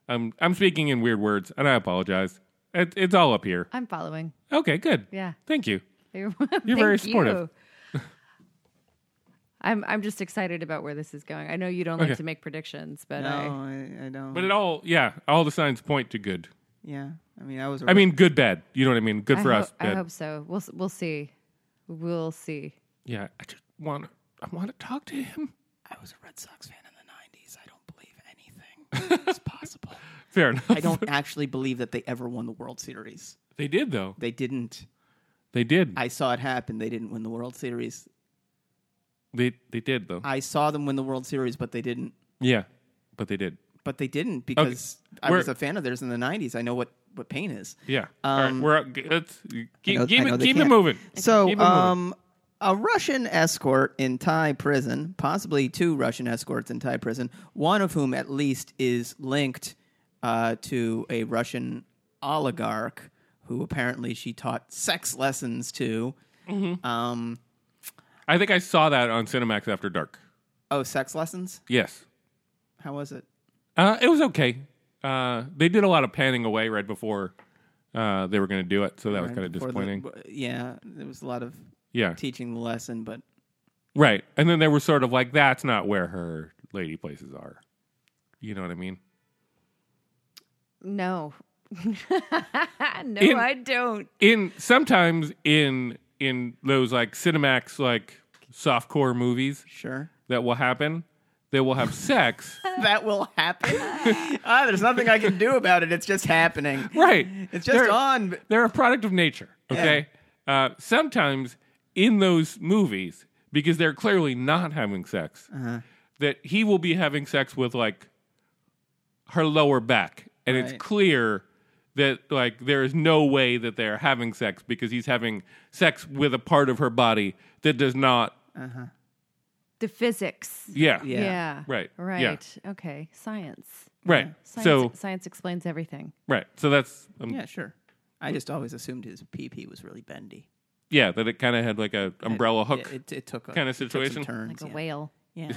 Speaker 1: I'm I'm speaking in weird words, and I apologize. It, it's all up here.
Speaker 3: I'm following.
Speaker 1: Okay, good.
Speaker 3: Yeah.
Speaker 1: Thank you.
Speaker 3: You're, [laughs]
Speaker 1: very
Speaker 3: Thank
Speaker 1: supportive.
Speaker 3: you. [laughs] I'm I'm just excited about where this is going. I know you don't
Speaker 1: Okay.
Speaker 3: like to make predictions, but
Speaker 2: No,
Speaker 3: I,
Speaker 2: I, I don't.
Speaker 1: But it all, yeah, all the signs point to good.
Speaker 2: yeah. I mean, I was.
Speaker 1: I mean, good, bad. You know what I mean? Good
Speaker 3: I,
Speaker 1: for
Speaker 3: ho-
Speaker 1: us.
Speaker 3: I
Speaker 1: Bad.
Speaker 3: hope so. We'll s- we'll see. We'll see.
Speaker 1: Yeah, I just want to. I want to talk to him. [laughs]
Speaker 2: I was a Red Sox fan in the 90s. I don't believe
Speaker 1: [laughs]
Speaker 2: anything is possible.
Speaker 1: Fair enough.
Speaker 2: I don't actually believe that they ever won the World Series.
Speaker 1: They did though.
Speaker 2: They didn't.
Speaker 1: They did.
Speaker 2: I saw it happen. They didn't win the World Series.
Speaker 1: they they did though.
Speaker 2: I saw them win the World Series, but they didn't.
Speaker 1: yeah, but they did.
Speaker 2: But they didn't because I
Speaker 1: We're-
Speaker 2: was a fan of theirs in the 90s. I know what, what pain is.
Speaker 1: Yeah. all right,
Speaker 2: Um,
Speaker 1: we're up. G- let's keep
Speaker 2: know-
Speaker 1: keep,
Speaker 2: I know
Speaker 1: it,
Speaker 2: they
Speaker 1: keep it
Speaker 2: can't.
Speaker 1: moving.
Speaker 2: So,
Speaker 1: Keep it moving.
Speaker 2: um, a Russian escort in Thai prison, possibly two Russian escorts in Thai prison, one of whom at least is linked uh, to a Russian oligarch who apparently she taught sex lessons to. Um,
Speaker 1: I think I saw that on Cinemax After Dark.
Speaker 2: oh, sex lessons?
Speaker 1: Yes,
Speaker 2: How was it?
Speaker 1: uh, it was okay. Uh, they did a lot of panning away right before uh, they were going to do it, so that was kind of
Speaker 2: Before the-
Speaker 1: disappointing.
Speaker 2: yeah, there was a lot of
Speaker 1: yeah,
Speaker 2: teaching the lesson, but
Speaker 1: right. And then they were sort of like, "That's not where her lady places are." You know what I mean?
Speaker 3: [laughs] No. no,
Speaker 1: In-
Speaker 3: I don't.
Speaker 1: in sometimes in in those like Cinemax like softcore movies
Speaker 3: [laughs]
Speaker 2: sure.
Speaker 1: that will happen. They will have
Speaker 2: [laughs]
Speaker 1: sex,
Speaker 3: Uh.
Speaker 2: That will
Speaker 3: [laughs]
Speaker 2: happen. ah, there's nothing I can do about it. It's just happening.
Speaker 1: right?
Speaker 2: It's just
Speaker 1: they're,
Speaker 2: on.
Speaker 1: They're a product of nature. Okay. Uh, sometimes in those movies, because they're clearly not having sex, that he will be having sex with like her lower back, and it's
Speaker 2: Right.
Speaker 1: clear that like there is no way that they are having sex because he's having sex with a part of her body that does not.
Speaker 3: The physics.
Speaker 1: Yeah.
Speaker 2: Yeah.
Speaker 3: Yeah.
Speaker 1: Right. Yeah.
Speaker 3: Right. Okay. Science.
Speaker 1: Right.
Speaker 3: Science.
Speaker 1: So
Speaker 3: science explains everything.
Speaker 1: right. So that's um, yeah.
Speaker 2: Yeah, sure. I just always assumed his PP was really bendy.
Speaker 1: that it kind of had like a umbrella hook.
Speaker 2: Yeah, it, it took a
Speaker 1: Kinda
Speaker 2: it took some
Speaker 1: situation.
Speaker 2: turns,
Speaker 3: Like a
Speaker 2: yeah.
Speaker 3: whale.
Speaker 2: Yeah,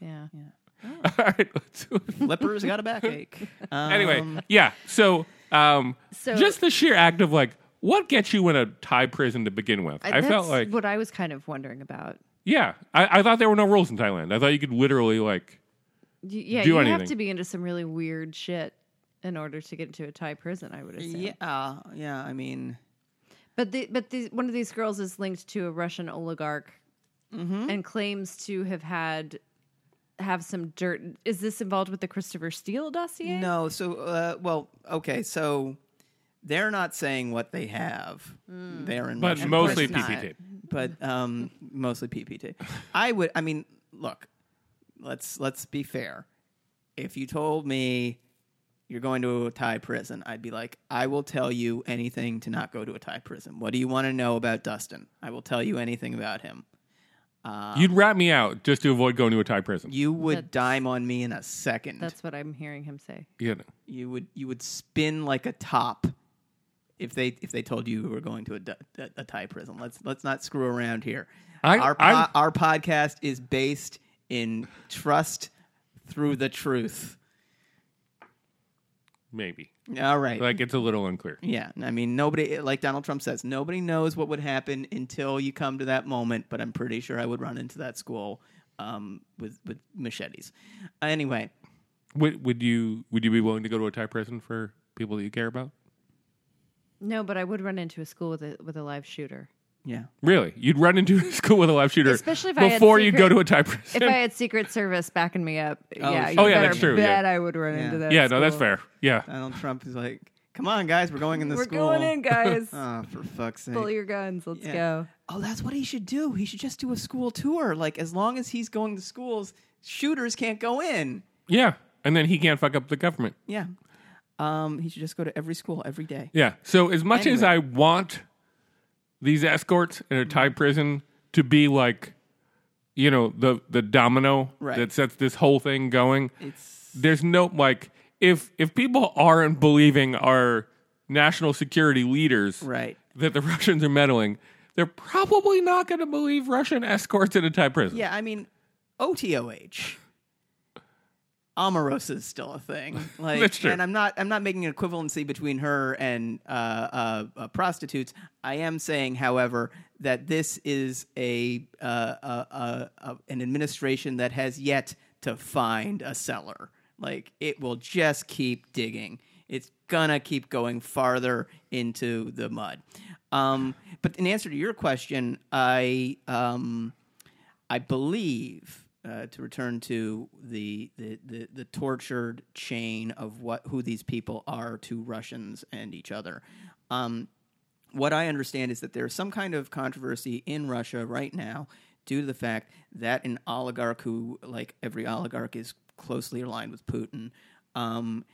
Speaker 3: Yeah.
Speaker 1: [laughs] All right. Let's do it.
Speaker 2: flippers got a backache.
Speaker 1: [laughs]
Speaker 2: Um,
Speaker 1: anyway, yeah. So, um,
Speaker 3: So-
Speaker 1: just the sheer act of like, what gets you in a Thai prison to begin with? I,
Speaker 3: Uh, that's
Speaker 1: felt like,
Speaker 3: what I was kind of wondering about.
Speaker 1: yeah, I, I thought there were no rules in Thailand. I thought you could literally like,
Speaker 3: Y- yeah,
Speaker 1: Do
Speaker 3: you
Speaker 1: anything.
Speaker 3: have to be into some really weird shit in order to get into a Thai prison. I would assume.
Speaker 2: yeah, yeah. I mean,
Speaker 3: But the, but these one of these girls is linked to a Russian oligarch
Speaker 2: Mm-hmm.
Speaker 3: and claims to have had have some dirt. Is this involved with the Christopher Steele dossier?
Speaker 2: no. So, uh, well, okay. So they're not saying what they have.
Speaker 3: Mm.
Speaker 2: They're in,
Speaker 1: but
Speaker 2: Russia,
Speaker 1: mostly
Speaker 3: course not.
Speaker 1: PPT.
Speaker 2: but um, mostly PPT. I would. I mean, look. Let's let's be fair. If you told me you're going to a Thai prison, I'd be like, I will tell you anything to not go to a Thai prison. What do you want to know about Dustin? I will tell you anything about him.
Speaker 3: Uh,
Speaker 1: You'd rat me out just to avoid going to a Thai prison.
Speaker 2: You would
Speaker 3: That's-
Speaker 2: dime on me in a second.
Speaker 3: That's what I'm hearing him say.
Speaker 1: You know.
Speaker 2: you would you would spin like a top if they if they told you we were going to a, d- a- a Thai prison. Let's let's not screw around here.
Speaker 1: I-
Speaker 2: our po-
Speaker 1: I'm-
Speaker 2: our podcast is based in trust through the truth.
Speaker 1: Maybe
Speaker 2: All right.
Speaker 1: like it's a little unclear.
Speaker 2: yeah, I mean nobody like Donald Trump says, nobody knows what would happen until you come to that moment, but I'm pretty sure I would run into that school um, with with machetes. Anyway,
Speaker 1: Would would you would you be willing to go to a Thai prison for people that you care about?
Speaker 3: No, but I would run into a school with a with a live shooter.
Speaker 2: yeah.
Speaker 1: Really, you'd run into a [laughs] school with a live shooter,
Speaker 3: Especially if I had
Speaker 1: before you go
Speaker 3: secret-
Speaker 1: to a Thai
Speaker 3: If
Speaker 1: prison.
Speaker 3: I had Secret Service backing me up, yeah,
Speaker 2: sure.
Speaker 1: Oh,
Speaker 3: you
Speaker 1: yeah,
Speaker 3: better
Speaker 1: that's true,
Speaker 3: Bet
Speaker 1: yeah.
Speaker 3: I would run
Speaker 2: Yeah.
Speaker 3: into that.
Speaker 1: [laughs] yeah, no, that's
Speaker 3: school.
Speaker 1: fair. Yeah,
Speaker 2: Donald Trump is like, "Come on guys, we're going in the
Speaker 3: We're
Speaker 2: school."
Speaker 3: going in, guys.
Speaker 2: [laughs] Oh, for fuck's sake.
Speaker 3: Pull your guns. Let's
Speaker 2: Yeah.
Speaker 3: go.
Speaker 2: Oh, that's what he should do. He should just do a school tour. Like as long as he's going to schools, shooters can't go in.
Speaker 1: yeah, and then he can't fuck up the government.
Speaker 2: Yeah. Um, he should just go to every school every day.
Speaker 1: Yeah. So as much as
Speaker 2: Anyway. Mm-hmm.
Speaker 1: I want these escorts in a Thai prison to be like, you know, the the domino
Speaker 2: Right.
Speaker 1: that sets this whole thing going,
Speaker 2: It's
Speaker 1: there's no like if if people aren't believing our national security leaders
Speaker 2: right.
Speaker 1: that the [laughs] Russians are meddling, they're probably not going to believe Russian escorts in a Thai prison.
Speaker 2: Yeah, I mean, OTOH. Omarosa is still a thing.
Speaker 1: [laughs]
Speaker 2: Like,
Speaker 1: That's true.
Speaker 2: and I'm not. I'm not making an equivalency between her and uh, uh, uh, prostitutes. I am saying, however, that this is a uh, uh, uh, uh, an administration that has yet to find a seller. Like, it will just keep digging. It's gonna keep going farther into the mud. Um, but in answer to your question, I. Um, I believe uh, to return to the, the, the, the tortured chain of what who these people are to Russians and each other. Um, what I understand is that there's some kind of controversy in Russia right now due to the fact that an oligarch who, like every oligarch, is closely aligned with Putin, um,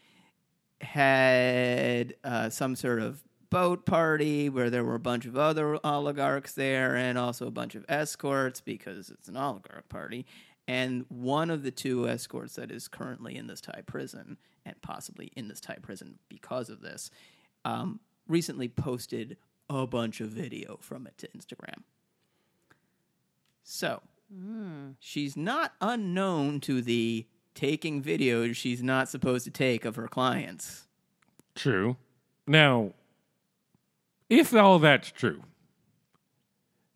Speaker 2: had uh, some sort of boat party where there were a bunch of other oligarchs there and also a bunch of escorts because it's an oligarch party. And one of the two escorts that is currently in this Thai prison and possibly in this Thai prison because of this um, recently posted a bunch of video from it to Instagram. So she's not unknown to the taking videos she's not supposed to take of her clients.
Speaker 1: True. Now, if all that's true,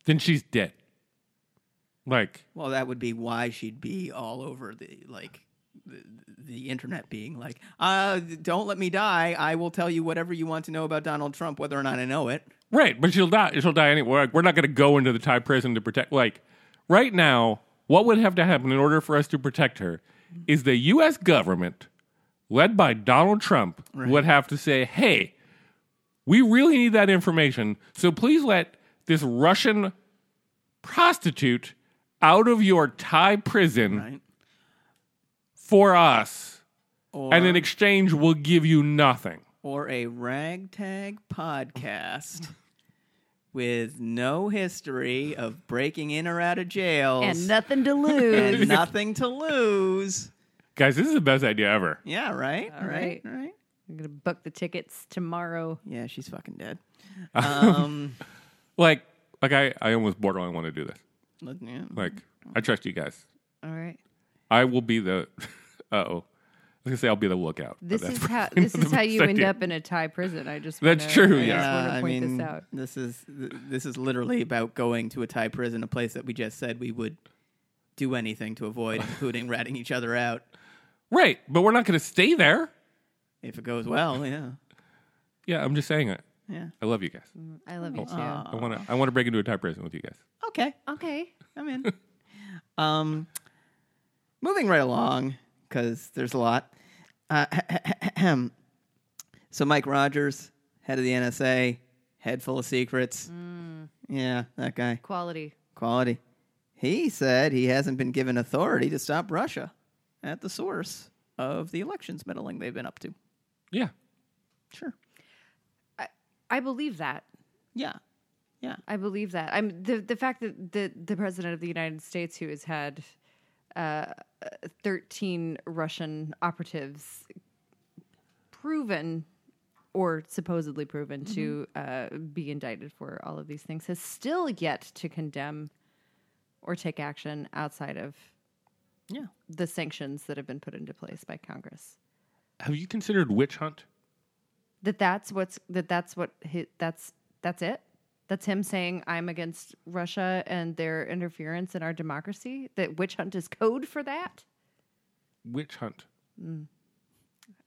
Speaker 1: then she's dead. Like,
Speaker 2: Well, that would be why she'd be all over the like the, the internet, being like, uh, "Don't let me die. I will tell you whatever you want to know about Donald Trump, whether or not I know it."
Speaker 1: Right, but she'll die. She'll die anyway. Like, we're not going to go into the Thai prison to protect. Like, right now, what would have to happen in order for us to protect her is the U.S. government, led by Donald Trump, would have to say, "Hey, we really need that information. So please let this Russian prostitute out of your Thai prison
Speaker 2: Right?
Speaker 1: for us,
Speaker 2: Or
Speaker 1: and in exchange, we'll give you nothing."
Speaker 2: or a ragtag podcast with no history of breaking in or out of jails
Speaker 3: and nothing to
Speaker 2: and
Speaker 3: lose.
Speaker 2: nothing to lose.
Speaker 1: Guys, this is the best idea ever.
Speaker 2: Yeah, right?
Speaker 3: All right.
Speaker 2: All right.
Speaker 3: I'm gonna book the tickets tomorrow.
Speaker 2: Yeah, she's fucking dead. Um,
Speaker 1: Like, like I, I almost borderline want to do this.
Speaker 2: let- yeah.
Speaker 1: Like, I trust you guys.
Speaker 3: All
Speaker 1: Oh,
Speaker 3: right.
Speaker 1: I will be the. [laughs] Uh oh. I was gonna say I'll be the lookout. but [laughs]
Speaker 3: This
Speaker 1: that's
Speaker 3: is
Speaker 1: probably
Speaker 3: how this
Speaker 1: not
Speaker 3: is
Speaker 1: the
Speaker 3: how you
Speaker 1: best
Speaker 3: end
Speaker 1: idea.
Speaker 3: up in a Thai prison. I just
Speaker 1: That's
Speaker 3: wanna-
Speaker 1: true,
Speaker 3: I
Speaker 1: yeah.
Speaker 3: just want
Speaker 2: I
Speaker 3: to point
Speaker 2: mean,
Speaker 3: this out.
Speaker 2: this is th- this is literally about going to a Thai prison, a place that we just said we would do anything to avoid, including ratting each other out.
Speaker 1: Right, but we're not gonna stay there.
Speaker 2: If it goes well, yeah,
Speaker 1: Yeah, I'm just saying it.
Speaker 2: yeah,
Speaker 1: I love you guys.
Speaker 3: I love you too.
Speaker 1: I want to. I want to break into a Thai prison with you guys.
Speaker 2: okay,
Speaker 3: okay.
Speaker 2: I'm in. um, moving right along because there's a lot. Uh, [clears throat] so Mike Rogers, head of the NSA, head full of secrets.
Speaker 3: Mm.
Speaker 2: Yeah, that guy.
Speaker 3: Quality.
Speaker 2: Quality. He said he hasn't been given authority to stop Russia at the source of the elections meddling they've been up to.
Speaker 1: Yeah,
Speaker 2: Sure.
Speaker 3: I, I believe that.
Speaker 2: Yeah. Yeah.
Speaker 3: I believe that. I'm the the fact that the the president of the United States, who has had uh, thirteen Russian operatives proven or supposedly proven to uh, be indicted for all of these things, has still yet to condemn or take action outside of
Speaker 2: Yeah.
Speaker 3: the sanctions that have been put into place by Congress.
Speaker 1: Have you considered witch hunt?
Speaker 3: that that's what's that that's what hi that's that's it that's him saying i'm against russia and their interference in our democracy that witch hunt is code for that
Speaker 1: Witch hunt.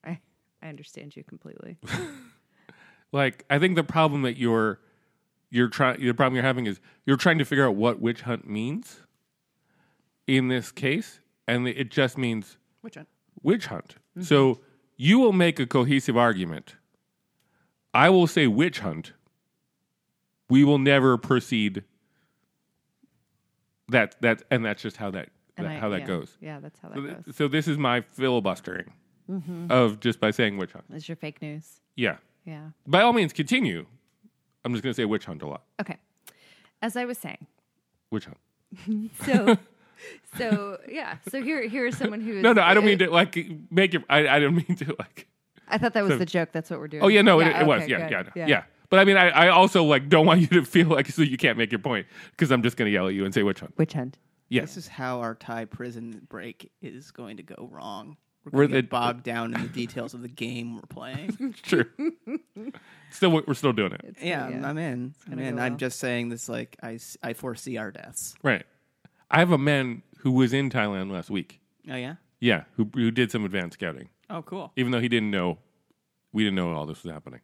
Speaker 3: i i understand you
Speaker 1: [laughs]
Speaker 3: completely
Speaker 1: Like, I think the problem that you're you're trying the problem you're having is you're trying to figure out what witch hunt means in this case, and it just means
Speaker 2: Which one?
Speaker 1: witch hunt.
Speaker 3: Mm-hmm.
Speaker 1: So you will make a cohesive argument. I will say witch hunt. We will never proceed. That that and that's just how that,
Speaker 3: And
Speaker 1: that
Speaker 3: I-
Speaker 1: how that
Speaker 3: yeah.
Speaker 1: goes.
Speaker 3: yeah that's how that
Speaker 1: So, th-
Speaker 3: goes Mm-hmm.
Speaker 1: so this is my filibustering of just by saying witch hunt.
Speaker 3: it's your fake news
Speaker 1: Yeah.
Speaker 3: yeah
Speaker 1: By all means, continue. I'm just going to say witch hunt a lot.
Speaker 3: okay as i
Speaker 1: [laughs]
Speaker 3: was saying
Speaker 1: Witch hunt.
Speaker 3: so so yeah so here here is someone who
Speaker 1: [laughs]
Speaker 3: is
Speaker 1: No, no, I don't mean to like make it. I, I don't mean to like.
Speaker 3: i thought that was the joke that's what we're doing
Speaker 1: Oh yeah, no, it, it
Speaker 3: okay,
Speaker 1: was. Yeah,
Speaker 3: good.
Speaker 1: yeah, yeah, But I mean, I, I also like don't want you to feel like so you can't make your point because I'm just going to yell at you and say witch hunt.
Speaker 3: witch hunt
Speaker 1: Yes.
Speaker 2: This is how our Thai prison break is going to go wrong.
Speaker 1: We're
Speaker 2: We're going to
Speaker 1: the-
Speaker 2: get bogged down in the details of the game we're playing.
Speaker 1: It's true. still, we're still doing it.
Speaker 2: [laughs] yeah, I'm- I'm in. I'm
Speaker 3: gonna
Speaker 2: in.
Speaker 3: go
Speaker 2: I'm
Speaker 3: well.
Speaker 2: just saying this like I, s- I foresee our deaths.
Speaker 1: Right. I have a man who was in Thailand last week.
Speaker 2: Oh, yeah?
Speaker 1: Yeah, who who did some advanced scouting,
Speaker 2: Oh, cool.
Speaker 1: even though he didn't know. We didn't know all this was happening.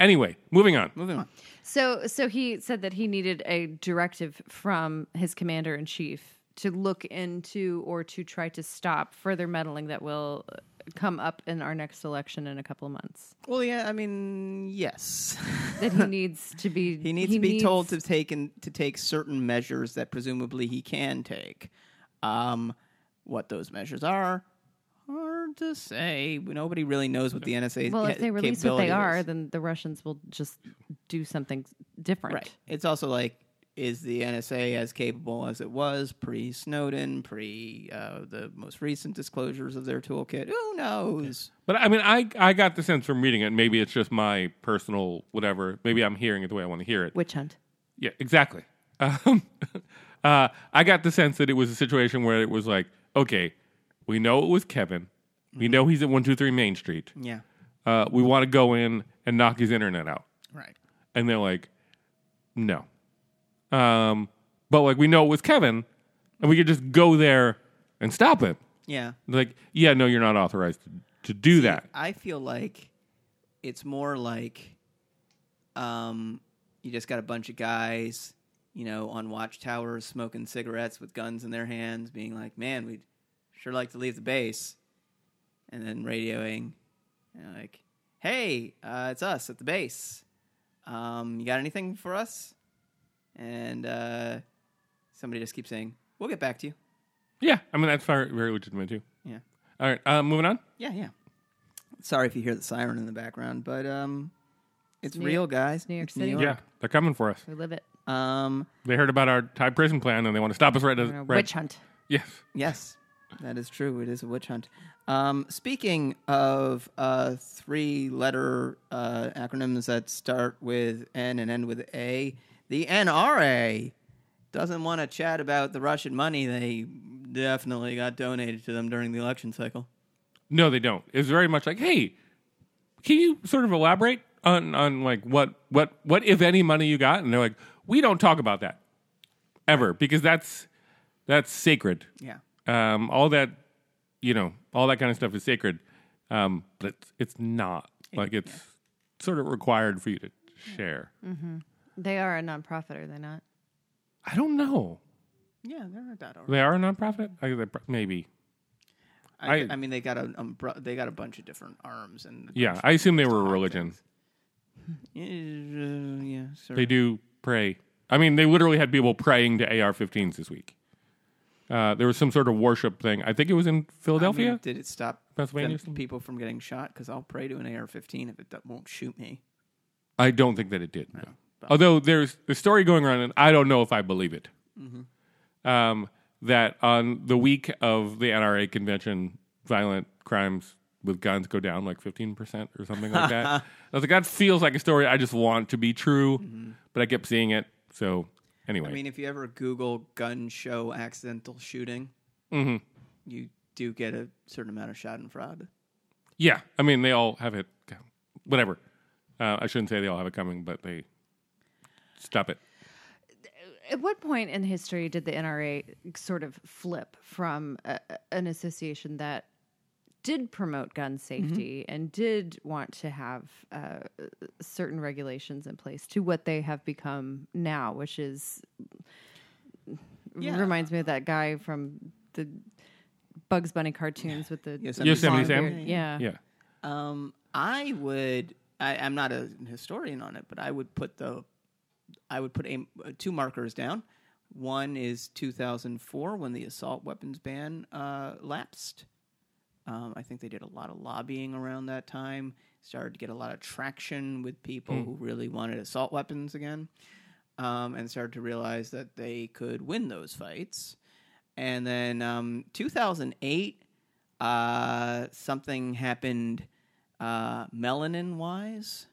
Speaker 1: Anyway, moving on.
Speaker 2: Moving on.
Speaker 3: So, so he said that he needed a directive from his commander in chief to look into or to try to stop further meddling that will uh, come up in our next election in a couple of months.
Speaker 2: Well, yeah, I mean, yes. [laughs]
Speaker 3: That he needs to be
Speaker 2: He needs to be told to take and to take certain measures that presumably he can take. Um, what those measures are, hard to say. Nobody really knows what the NSA.
Speaker 3: Well, if
Speaker 2: ca-
Speaker 3: they release what they
Speaker 2: capability
Speaker 3: are,
Speaker 2: is.
Speaker 3: then the Russians will just do something different.
Speaker 2: right? It's also like, is the NSA as capable as it was pre Snowden, pre uh, the most recent disclosures of their toolkit? Who knows?
Speaker 1: But I mean, I I got the sense from reading it. Maybe it's just my personal whatever. Maybe I'm hearing it the way I want to hear it.
Speaker 3: Witch hunt.
Speaker 1: Yeah, exactly. [laughs] Um, uh, I got the sense that it was a situation where it was like, okay, we know it was Kevin. We know he's at one two three Main Street.
Speaker 2: Yeah,
Speaker 1: Uh, we want to go in and knock his internet out.
Speaker 2: right.
Speaker 1: and they're like, no. Um, but like we know it was Kevin, and we could just go there and stop it.
Speaker 2: Yeah,
Speaker 1: Like, yeah, no, you're not authorized to, to do that.
Speaker 2: I feel like it's more like um, you just got a bunch of guys, you know, on watchtowers smoking cigarettes with guns in their hands, being like, "Man, we'd sure like to leave the base," and then radioing, you know, like, "Hey, uh, it's us at the base. Um, you got anything for us?" And uh, somebody just keeps saying, "We'll get back to you."
Speaker 1: Yeah, I mean that's very, very legitimate too.
Speaker 2: Yeah.
Speaker 1: All right, uh, moving on.
Speaker 2: Yeah, yeah. Sorry if you hear the siren in the background, but um, it's
Speaker 3: New-
Speaker 2: real, guys.
Speaker 3: it's New York
Speaker 2: It's
Speaker 3: City.
Speaker 1: Yeah, they're coming for us.
Speaker 3: We live it.
Speaker 2: Um,
Speaker 1: They heard about our Thai prison plan and they want to stop us right.
Speaker 3: We're a
Speaker 1: Uh, Right.
Speaker 3: Witch hunt.
Speaker 1: Yes.
Speaker 2: yes, that is true. It is a witch hunt. Um, speaking of uh, three-letter uh, acronyms that start with N and end with A, the NRA doesn't want to chat about the Russian money they definitely got donated to them during the election cycle.
Speaker 1: No, they don't. It's very much like, hey, can you sort of elaborate on on like what what what if any money you got? And they're like, we don't talk about that ever because that's that's sacred.
Speaker 2: Yeah.
Speaker 1: Um, all that you know, all that kind of stuff is sacred. Um, but it's, it's not like it's sort of required for you to share.
Speaker 3: They are a nonprofit, are they not?
Speaker 1: I don't know.
Speaker 2: Yeah, they're about all right.
Speaker 1: They are a nonprofit. I, they pro- maybe.
Speaker 2: I,
Speaker 1: I-
Speaker 2: I mean, they got a um, they got a bunch of different arms and
Speaker 1: Yeah, I assume they were a religion.
Speaker 2: Yeah, uh, yeah, sort
Speaker 1: They
Speaker 2: of.
Speaker 1: do pray. I mean, they literally had people praying to AR-15s this week. Uh, there was some sort of worship thing. I think it was in
Speaker 2: I mean,
Speaker 1: Philadelphia.
Speaker 2: did it stop
Speaker 1: Pennsylvania
Speaker 2: them-
Speaker 1: or something?
Speaker 2: people from getting shot? Because I'll pray to an AR-15 if it do- won't shoot me.
Speaker 1: I don't think that it did. no. Although there's a story going around, and I don't know if I believe it.
Speaker 2: Mm-hmm.
Speaker 1: Um, that on the week of the NRA convention, violent crimes with guns go down like 15% or something like
Speaker 2: [laughs]
Speaker 1: that. I was like, that feels like a story I just want to be true,
Speaker 2: Mm-hmm.
Speaker 1: but I kept seeing it. So, anyway.
Speaker 2: I mean, if you ever Google gun show accidental shooting,
Speaker 1: Mm-hmm.
Speaker 2: you do get a certain amount of shot and fraud.
Speaker 1: Yeah, I mean they all have it. Whatever. Uh, I shouldn't say they all have it coming, but they stop it.
Speaker 3: At what point in history did the NRA sort of flip from a, an association that did promote gun safety and did want to have uh, certain regulations in place to what they have become now, which is
Speaker 2: Yeah.
Speaker 3: reminds me of that guy from the Bugs Bunny cartoons with the
Speaker 2: Yosemite
Speaker 1: Yosemite
Speaker 3: long
Speaker 1: Sam.
Speaker 3: beard. Yeah.
Speaker 1: Yeah,
Speaker 2: Um, I would. I, I'm not a historian on it, but I would put the. I would put a, two markers down. One is 2004 when the assault weapons ban uh, lapsed. Um, I think they did a lot of lobbying around that time. Started to get a lot of traction with people who really wanted assault weapons again, um, and started to realize that they could win those fights. And then um, 2008, uh, something happened uh, melanin wise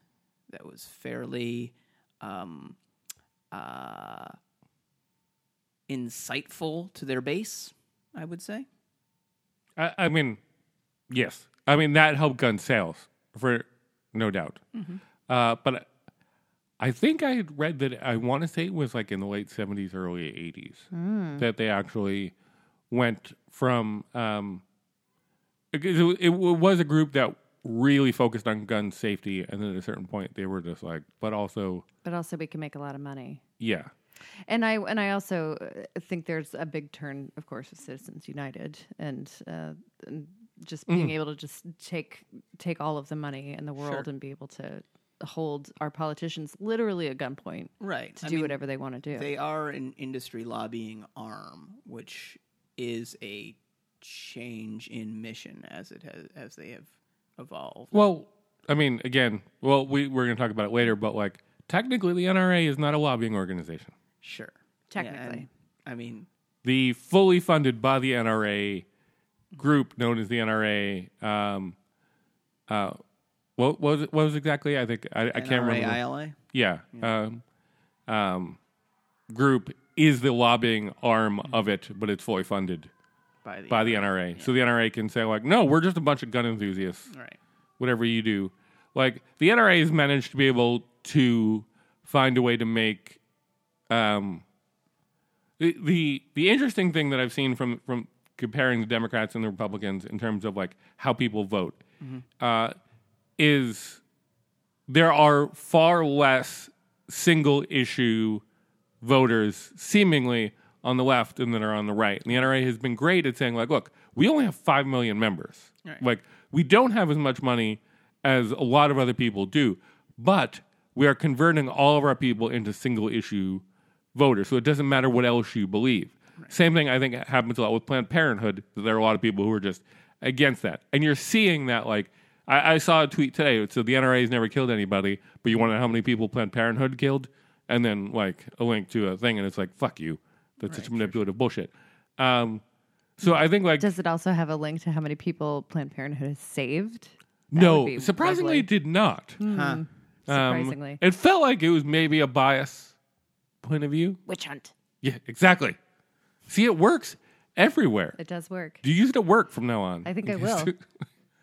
Speaker 2: that was fairly um, uh, insightful to their base, I would say.
Speaker 1: I, I mean, yes, I mean that helped gun sales for no doubt. Uh, but I think I had read that I want to say it was like in the late seventies, early eighties that they actually went from. Um, because it, wa- it wa- was a group that really focused on gun safety, and then at a certain point, they were just like, but also.
Speaker 3: But also, we can make a lot of money.
Speaker 1: Yeah.
Speaker 3: And I and I also uh, think there's a big turn, of course, with Citizens United and, uh, and just being able to just take take all of the money in the world and be able to hold our politicians literally at gunpoint
Speaker 2: Right.
Speaker 3: to do whatever they want to do.
Speaker 2: They are an industry lobbying arm, which is a change in mission as it has as they have evolved.
Speaker 1: Well, I mean, again, well, we we're going to talk about it later, but like technically, the NRA is not a lobbying organization.
Speaker 2: Sure. Yeah, and,
Speaker 3: Technically.
Speaker 2: I mean,
Speaker 1: The fully funded by the NRA group known as the NRA. Um, uh, what was it, what was exactly? I think I, I can't remember.
Speaker 2: ILA.
Speaker 1: yeah. Um, um, group is the lobbying arm of it, but it's fully funded
Speaker 2: By the,
Speaker 1: by the NRA. So the NRA can say like, no, we're just a bunch of gun enthusiasts.
Speaker 2: right.
Speaker 1: whatever you do. Like the NRA has managed to be able to find a way to make um, the the the interesting thing that I've seen from from comparing the Democrats and the Republicans in terms of like how people vote uh, is there are far less single issue voters seemingly on the left than that are on the right. And the NRA has been great at saying like, look, we only have five million members.
Speaker 2: Right.
Speaker 1: Like we don't have as much money as a lot of other people do, but we are converting all of our people into single issue voters. So it doesn't matter what else you believe. Same thing I think happens a lot with Planned Parenthood. that There are a lot of people who are just against that, and you're seeing that like I, I saw a tweet today. It said the NRA's never killed anybody, but you want to know how many people Planned Parenthood killed? And then like a link to a thing, and it's like fuck you. That's such manipulative bullshit. Um, so I think like
Speaker 3: Does it also have a link to how many people Planned Parenthood has saved? That would
Speaker 1: no,
Speaker 3: be
Speaker 1: surprisingly,
Speaker 3: lovely.
Speaker 1: it did not.
Speaker 2: Huh.
Speaker 1: Um,
Speaker 3: surprisingly.
Speaker 1: it felt like it was maybe a bias point of view.
Speaker 3: Witch hunt.
Speaker 1: Yeah, exactly. See, it works everywhere.
Speaker 3: It does work.
Speaker 1: Do you use it at work from now on?
Speaker 3: I think I will. I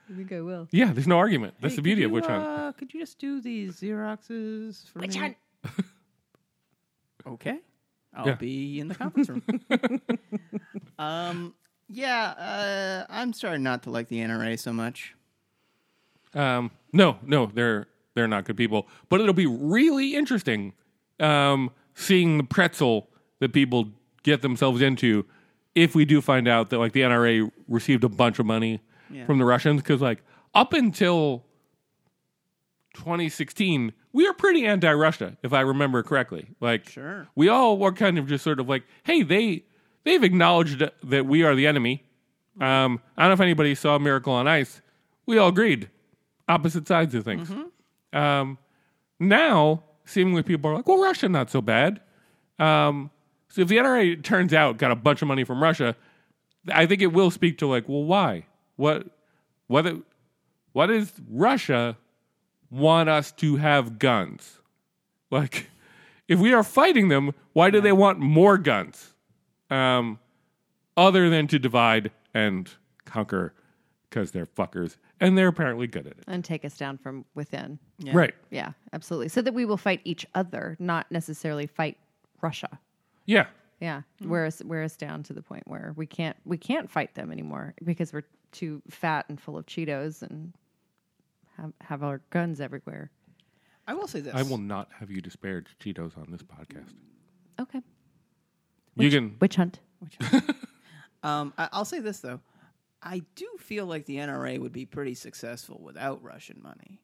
Speaker 3: think I will.
Speaker 1: [laughs] yeah, there's no argument. That's
Speaker 2: Hey,
Speaker 1: the beauty
Speaker 2: could
Speaker 1: of witch
Speaker 2: you,
Speaker 1: hunt.
Speaker 2: Uh, could you just do these Xeroxes for me? Okay. I'll
Speaker 1: Yeah.
Speaker 2: be in the
Speaker 1: [laughs]
Speaker 2: conference room. um, yeah, uh, I'm starting not to like the NRA so much. uh,
Speaker 1: Um, no, no, they're they're not good people. But it'll be really interesting um, seeing the pretzel that people get themselves into if we do find out that like the NRA received a bunch of money
Speaker 2: Yeah.
Speaker 1: from the Russians because like up until 2016 we were pretty anti-Russia if I remember correctly. Like
Speaker 2: Sure.
Speaker 1: we all were kind of just sort of like, hey, they they've acknowledged that we are the enemy. Um, I don't know if anybody saw Miracle on Ice. We all agreed, opposite sides of things. Um, now seemingly people are like, well, Russia not so bad. Um, so if the NRA it turns out got a bunch of money from Russia, I think it will speak to like, well, why? What? What? What does Russia want us to have guns? Like, [laughs] if we are fighting them, why do they want more guns? Um, other than to divide and conquer, because they're fuckers and they're apparently good at it.
Speaker 3: And take us down from within.
Speaker 1: Right.
Speaker 3: Yeah, absolutely. So that we will fight each other, not necessarily fight Russia.
Speaker 1: Yeah.
Speaker 3: Yeah, wear us wear us down to the point where we can't we can't fight them anymore because we're too fat and full of Cheetos and have have our guns everywhere.
Speaker 2: I will say this.
Speaker 1: I will not have you disparage Cheetos on this podcast.
Speaker 3: Okay,
Speaker 1: you can.
Speaker 3: witch hunt.
Speaker 2: Um, I- I'll say this though, I do feel like the NRA would be pretty successful without Russian money.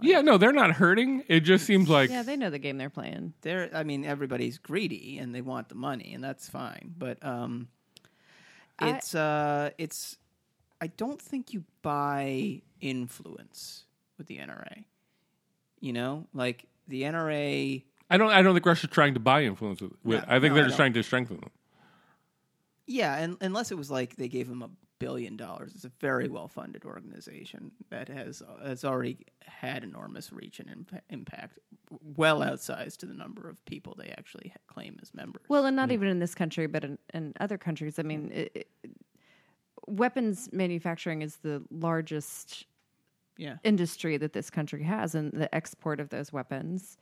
Speaker 1: Yeah, no, they're not hurting. It just seems like.
Speaker 3: Yeah, they know the game they're playing.
Speaker 2: They're, I mean, everybody's greedy and they want the money, and that's fine. But um,
Speaker 3: I-
Speaker 2: it's, uh, it's, I don't think you buy influence with the NRA. You know, like the NRA.
Speaker 1: I don't. I don't think Russia's trying to buy influence with. with
Speaker 2: No,
Speaker 1: I think
Speaker 2: no,
Speaker 1: they're
Speaker 2: I
Speaker 1: just
Speaker 2: don't.
Speaker 1: trying to strengthen them.
Speaker 2: Yeah, and unless it was like they gave him a billion dollars, it's a very well-funded organization that has uh, has already had enormous reach and imp- impact, well outsized to the number of people they actually ha- claim as members.
Speaker 3: Well, and not even in this country, but in, in other countries. I mean, it, it, weapons manufacturing is the largest
Speaker 2: yeah,
Speaker 3: industry that this country has and the export of those weapons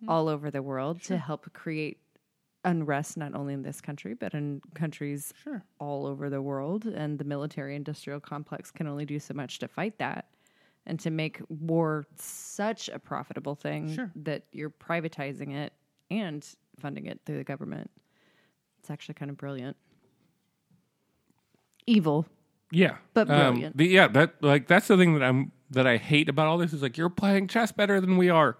Speaker 2: Hmm.
Speaker 3: all over the world to help create unrest not only in this country but in countries
Speaker 2: sure.
Speaker 3: all over the world and the military industrial complex can only do so much to fight that and to make war such a profitable thing
Speaker 2: Sure.
Speaker 3: that you're privatizing it and funding it through the government it's actually kind of brilliant evil
Speaker 1: Yeah, Um,
Speaker 3: But brilliant.
Speaker 1: the- yeah, that like that's the thing that I'm that I hate about all this is like you're playing chess better than we are.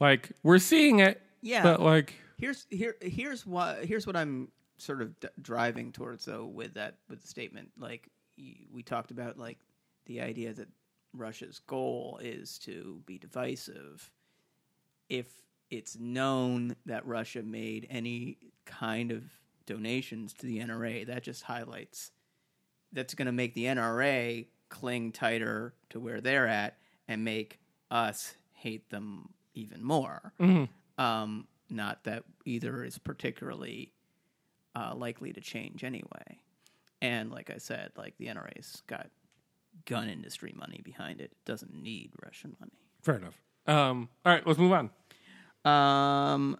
Speaker 1: Like we're seeing it.
Speaker 2: Yeah.
Speaker 1: but like
Speaker 2: Here's here here's what here's what I'm sort of d- driving towards though with that with the statement like y- we talked about like the idea that Russia's goal is to be divisive if it's known that Russia made any kind of donations to the NRA that just highlights that's going to make the NRA cling tighter to where they're at and make us hate them even more um, not that either is particularly uh, likely to change anyway. And like I said, like the NRA's got gun industry money behind it. It doesn't need Russian money.
Speaker 1: fair enough. Um, all right, let's move on.
Speaker 2: Um.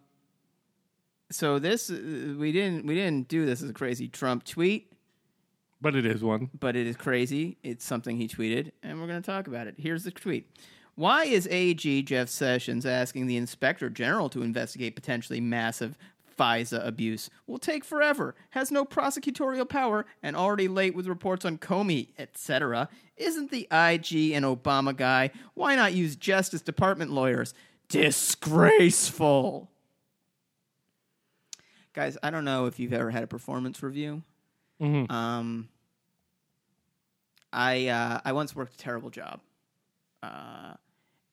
Speaker 2: So this uh, we didn't we didn't do this as a crazy Trump tweet,
Speaker 1: But it is one.
Speaker 2: but it is crazy. It's something he tweeted, and we're going to talk about it. Here's the tweet. Why is AG Jeff Sessions asking the Inspector General to investigate potentially massive FISA abuse? Will take forever, has no prosecutorial power, and already late with reports on Comey, etc. Isn't the IG an Obama guy? Why not use Justice Department lawyers? Disgraceful. Guys, I don't know if you've ever had a performance review. Um, I uh, I once worked a terrible job, uh,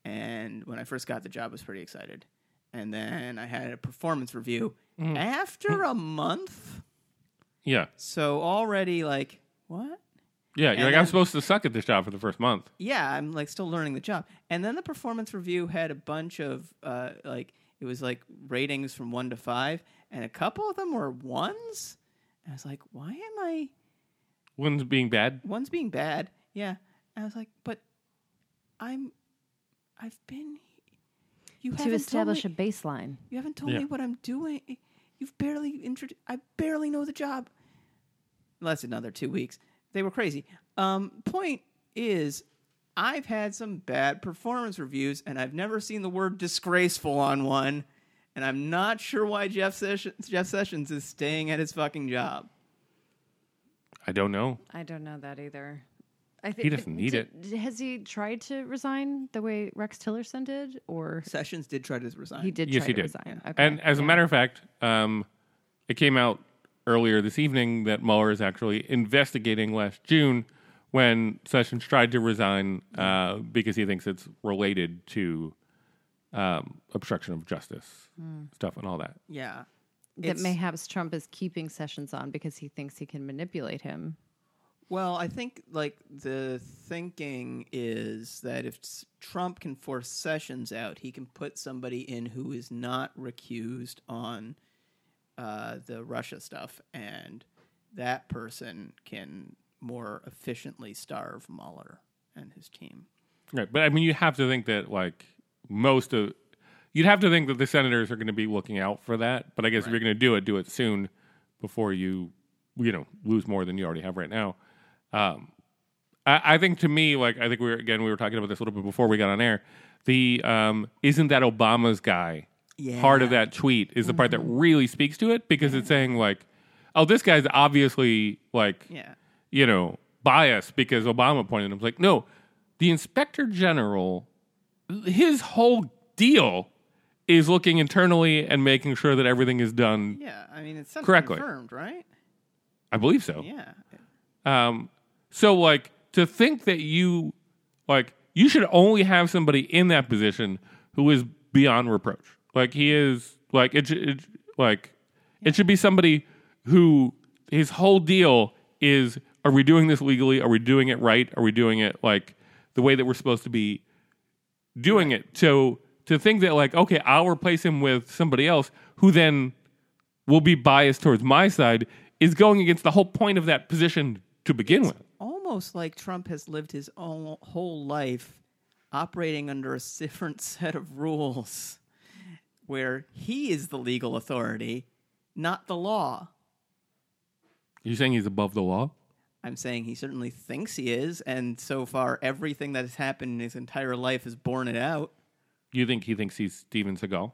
Speaker 2: and when I first got the job, I was pretty excited. And then I had a performance review after a month,
Speaker 1: Yeah.
Speaker 2: so already like what?
Speaker 1: Yeah. You're like,
Speaker 2: then-
Speaker 1: I'm supposed to suck at this job for the first month.
Speaker 2: yeah, I'm like still learning the job. And then the performance review had a bunch of uh, like it was like ratings from one to five, and a couple of them were ones. And I was like, why am I
Speaker 1: One's being bad.
Speaker 2: ones being bad? Yeah. And I was like, but I'm I've been you
Speaker 3: to
Speaker 2: haven't
Speaker 3: establish
Speaker 2: told me,
Speaker 3: a baseline.
Speaker 2: you haven't told
Speaker 1: Yeah.
Speaker 2: me what I'm doing. You've barely introduced. I barely know the job. Well, that's another two weeks. They were crazy. Um, point is, I've had some bad performance reviews, and I've never seen the word disgraceful on one. And I'm not sure why Jeff Sessions, Jeff Sessions is staying at his fucking job.
Speaker 1: I don't know.
Speaker 3: I don't know that either. I think
Speaker 1: He doesn't need
Speaker 3: did- Has he tried to resign the way Rex Tillerson did, or
Speaker 2: Sessions did try to resign.
Speaker 3: he did?
Speaker 1: Yes,
Speaker 3: try
Speaker 1: he
Speaker 3: to
Speaker 1: did.
Speaker 3: Resign. Okay.
Speaker 1: And as a matter of fact, um, it came out earlier this evening that Mueller is actually investigating last June when Sessions tried to resign uh, because he thinks it's related to um, obstruction of justice stuff and all that.
Speaker 2: Yeah,
Speaker 3: that
Speaker 2: It's-
Speaker 3: mayhaps Trump is keeping Sessions on because he thinks he can manipulate him.
Speaker 2: Well, I think like the thinking is that if s- Trump can force Sessions out, he can put somebody in who is not recused on uh, the Russia stuff, and that person can more efficiently starve Mueller and his team.
Speaker 1: Right. But I mean, you have to think that, like, most of you'd have to think that the senators are going to be looking out for that. But I guess if you're going to do it, do it soon before you, you know, lose more than you already have right now. Um, I, I think to me, like, I think we were, again, we were talking about this a little bit before we got on air. The um, isn't that Obama's guy
Speaker 2: Yeah.
Speaker 1: part of that tweet is the part that really speaks to it because it's saying, like, oh, this guy's obviously, like,
Speaker 2: Yeah,
Speaker 1: you know, bias because Obama appointed him. It's like, no, the inspector general, his whole deal is looking internally and making sure that everything is done.
Speaker 2: yeah. I mean, it's something
Speaker 1: Correctly.
Speaker 2: confirmed, right?
Speaker 1: I believe so.
Speaker 2: Yeah,
Speaker 1: Um, so like to think that you like you should only have somebody in that position who is beyond reproach. Like he is like it, sh- it sh- like it should be somebody who his whole deal is are we doing this legally? Are we doing it right? Are we doing it like the way that we're supposed to be doing it? So to think that like okay, I'll replace him with somebody else who then will be biased towards my side is going against the whole point of that position to begin with.
Speaker 2: almost like Trump has lived his own whole life operating under a different [laughs] set of rules where he is the legal authority, not the law.
Speaker 1: You're saying he's above the law?
Speaker 2: I'm saying he certainly thinks he is, and so far everything that has happened in his entire life has borne it out.
Speaker 1: You think he thinks he's Steven Seagal?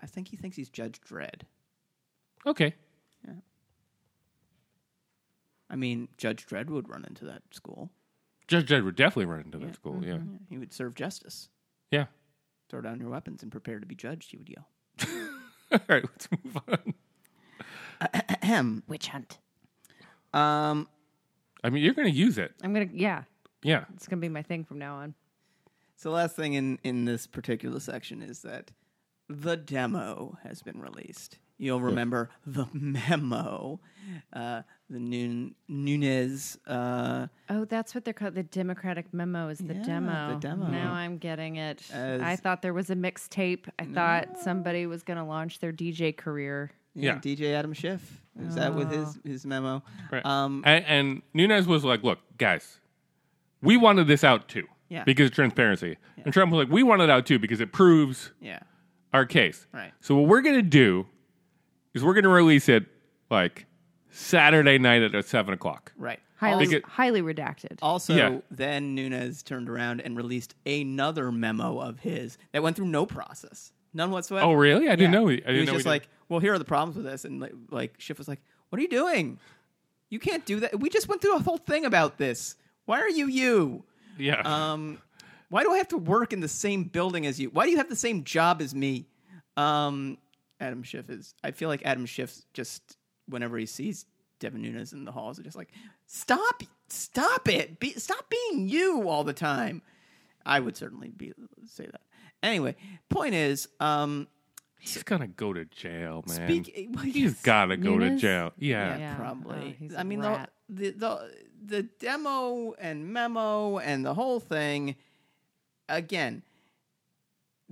Speaker 2: I think he thinks he's Judge Dredd.
Speaker 1: Okay.
Speaker 2: I mean, Judge Dredd would run into that school.
Speaker 1: Judge Dredd would definitely run into that school. Yeah. Mm-hmm.
Speaker 2: He would serve justice.
Speaker 1: Yeah. [laughs]
Speaker 2: Throw down your weapons and prepare to be judged, he would yell.
Speaker 1: All right, let's move on.
Speaker 2: Ahem.
Speaker 3: Witch hunt.
Speaker 2: Um,
Speaker 1: I mean, you're going to use it.
Speaker 3: I'm gonna. Yeah,
Speaker 1: Yeah.
Speaker 3: it's gonna be my thing from now on.
Speaker 2: So the last thing in, in this particular section is that the demo has been released. You'll remember the memo, uh, the Nun- Nunes. Uh,
Speaker 3: Oh, that's what they're called. The Democratic memo is the
Speaker 2: Yeah, the
Speaker 3: demo.
Speaker 2: demo.
Speaker 3: Now I'm getting it.
Speaker 2: As-
Speaker 3: I thought there was a mixtape. I thought somebody was gonna launch their DJ career.
Speaker 1: Yeah.
Speaker 2: DJ Adam Schiff is that with his his memo?
Speaker 1: Right.
Speaker 2: Um,
Speaker 1: and, and Nunes was like, look, guys, we wanted this out too
Speaker 2: Yeah.
Speaker 1: because of transparency. And Trump was like, we want it out too because it proves
Speaker 2: yeah,
Speaker 1: our case.
Speaker 2: Right.
Speaker 1: So what we're gonna do is we're gonna release it like Saturday night at uh, seven o'clock.
Speaker 2: right.
Speaker 3: Highly,
Speaker 1: Because-
Speaker 3: highly redacted.
Speaker 2: Also,
Speaker 1: Yeah.
Speaker 2: then Nunes turned around and released another memo of his that went through no process, none whatsoever.
Speaker 1: Oh really? I didn't
Speaker 2: Yeah.
Speaker 1: know. He, I didn't
Speaker 2: he was
Speaker 1: know he
Speaker 2: just
Speaker 1: did.
Speaker 2: like, "Well, here are the problems with this," and like, like Schiff was like, "What are you doing? You can't do that. We just went through a whole thing about this. Why are you you?
Speaker 1: yeah.
Speaker 2: Um, why do I have to work in the same building as you? Why do you have the same job as me?" Um, Adam Schiff is. I feel like Adam Schiff just whenever he sees Devin Nunes in the halls, is just like, "Stop Stop it. Be, stop being you all the time. I would certainly be say that. Anyway, point is, um,
Speaker 1: He's gonna go to jail, man.
Speaker 2: speak. eh, [laughs] well,
Speaker 1: He's
Speaker 2: yes.
Speaker 1: gotta go to
Speaker 3: Nunes?
Speaker 1: jail. Yeah.
Speaker 3: Yeah. Oh,
Speaker 2: probably.
Speaker 3: he's
Speaker 2: I
Speaker 3: a
Speaker 2: mean, the,
Speaker 3: rat.
Speaker 2: the the the demo and memo and the whole thing. Again,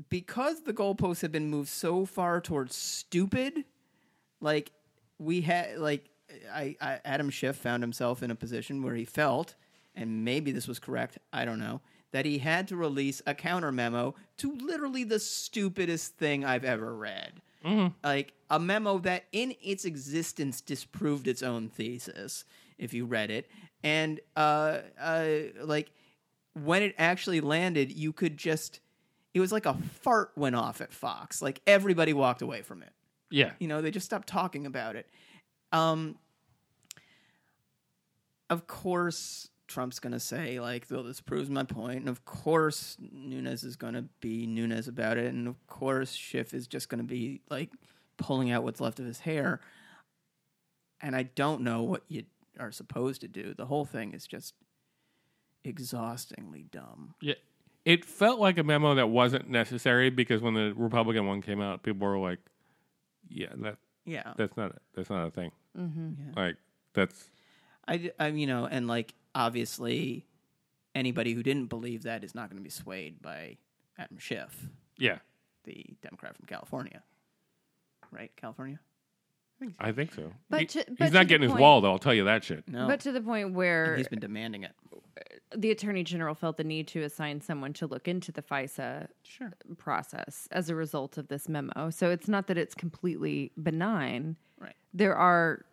Speaker 2: because the goalposts have been moved so far towards stupid, like we had, like I, I Adam Schiff found himself in a position where he felt, and maybe this was correct. I don't know. That he had to release a counter memo to literally the stupidest thing I've ever read like a memo that in its existence disproved its own thesis if you read it and uh, uh like when it actually landed you could just it was like a fart went off at fox like everybody walked away from it
Speaker 1: Yeah.
Speaker 2: you know they just stopped talking about it um of course trump's gonna say like well this proves my point and of course nunez is gonna be nunez about it and of course schiff is just gonna be like pulling out what's left of his hair and i don't know what you are supposed to do the whole thing is just exhaustingly dumb
Speaker 1: Yeah. It felt like a memo that wasn't necessary because when the Republican one came out, people were like, "Yeah, that
Speaker 2: yeah
Speaker 1: that's not that's not a thing."
Speaker 3: Mhm.
Speaker 1: Like that's
Speaker 2: I, d- I- you know, and like obviously, anybody who didn't believe that is not going to be swayed by Adam Schiff,
Speaker 1: yeah.
Speaker 2: the Democrat from California, right? California?
Speaker 1: I think so.
Speaker 3: But
Speaker 1: He-
Speaker 3: to- but
Speaker 1: he's
Speaker 3: to
Speaker 1: not
Speaker 3: the
Speaker 1: getting his
Speaker 3: point-
Speaker 1: wall though. I'll tell you that shit.
Speaker 2: No,
Speaker 3: But to the point where
Speaker 2: he's been demanding it.
Speaker 3: the attorney general felt the need to assign someone to look into the FISA
Speaker 2: Sure.
Speaker 3: process as a result of this memo. So it's not that it's completely benign.
Speaker 2: Right.
Speaker 3: There are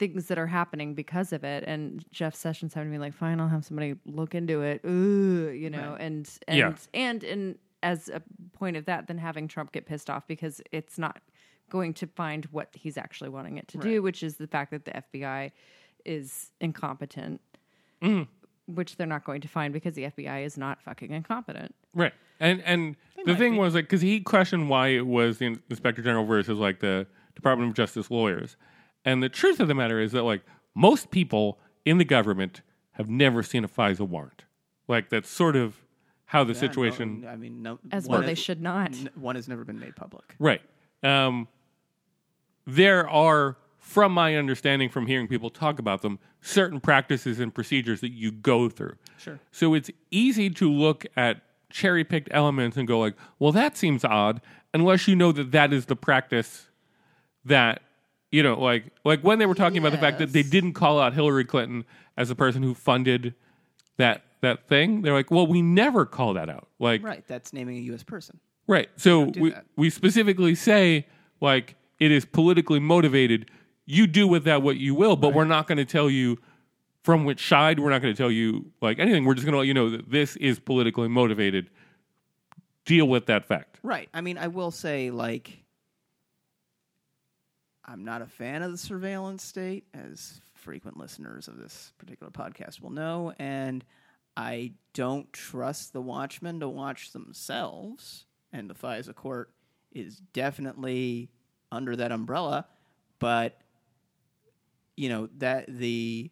Speaker 3: things that are happening because of it, and Jeff Sessions having to be like, "Fine, I'll have somebody look into it," Ooh, you know, and and
Speaker 1: Yeah.
Speaker 3: and and as a point of that, then having Trump get pissed off because it's not going to find what he's actually wanting it to do, which is the fact that the FBI is incompetent. Which they're not going to find because the FBI is not fucking incompetent.
Speaker 1: Right. And and the thing was like because he questioned why it was the in- inspector general versus like the Department of Justice lawyers, and the truth of the matter is that like most people in the government have never seen a FISA warrant. Like that's sort of how the situation.
Speaker 2: I mean, no.
Speaker 3: As
Speaker 2: one
Speaker 3: well, they
Speaker 2: is-
Speaker 3: should not.
Speaker 2: n- one has never been made public.
Speaker 1: Right. Um, there are, from my understanding, from hearing people talk about them, certain practices and procedures that you go through.
Speaker 2: Sure.
Speaker 1: So it's easy to look at cherry picked elements and go like, well, that seems odd, unless you know that that is the practice that you know, like like when they were talking about the fact that they didn't call out Hillary Clinton as the person who funded that that thing. They're like, well, we never call that out. Like,
Speaker 2: Right. That's naming a U.S. person.
Speaker 1: Right. So we,
Speaker 2: that.
Speaker 1: we specifically say like it is politically motivated. You do with that what you will, but we're not going to tell you from which side. We're not going to tell you like anything. We're just going to let you know that this is politically motivated. Deal with that fact.
Speaker 2: Right. I mean, I will say, like, I'm not a fan of the surveillance state, as frequent listeners of this particular podcast will know. And I don't trust the watchmen to watch themselves. And the FISA court is definitely under that umbrella. But, you know, that the.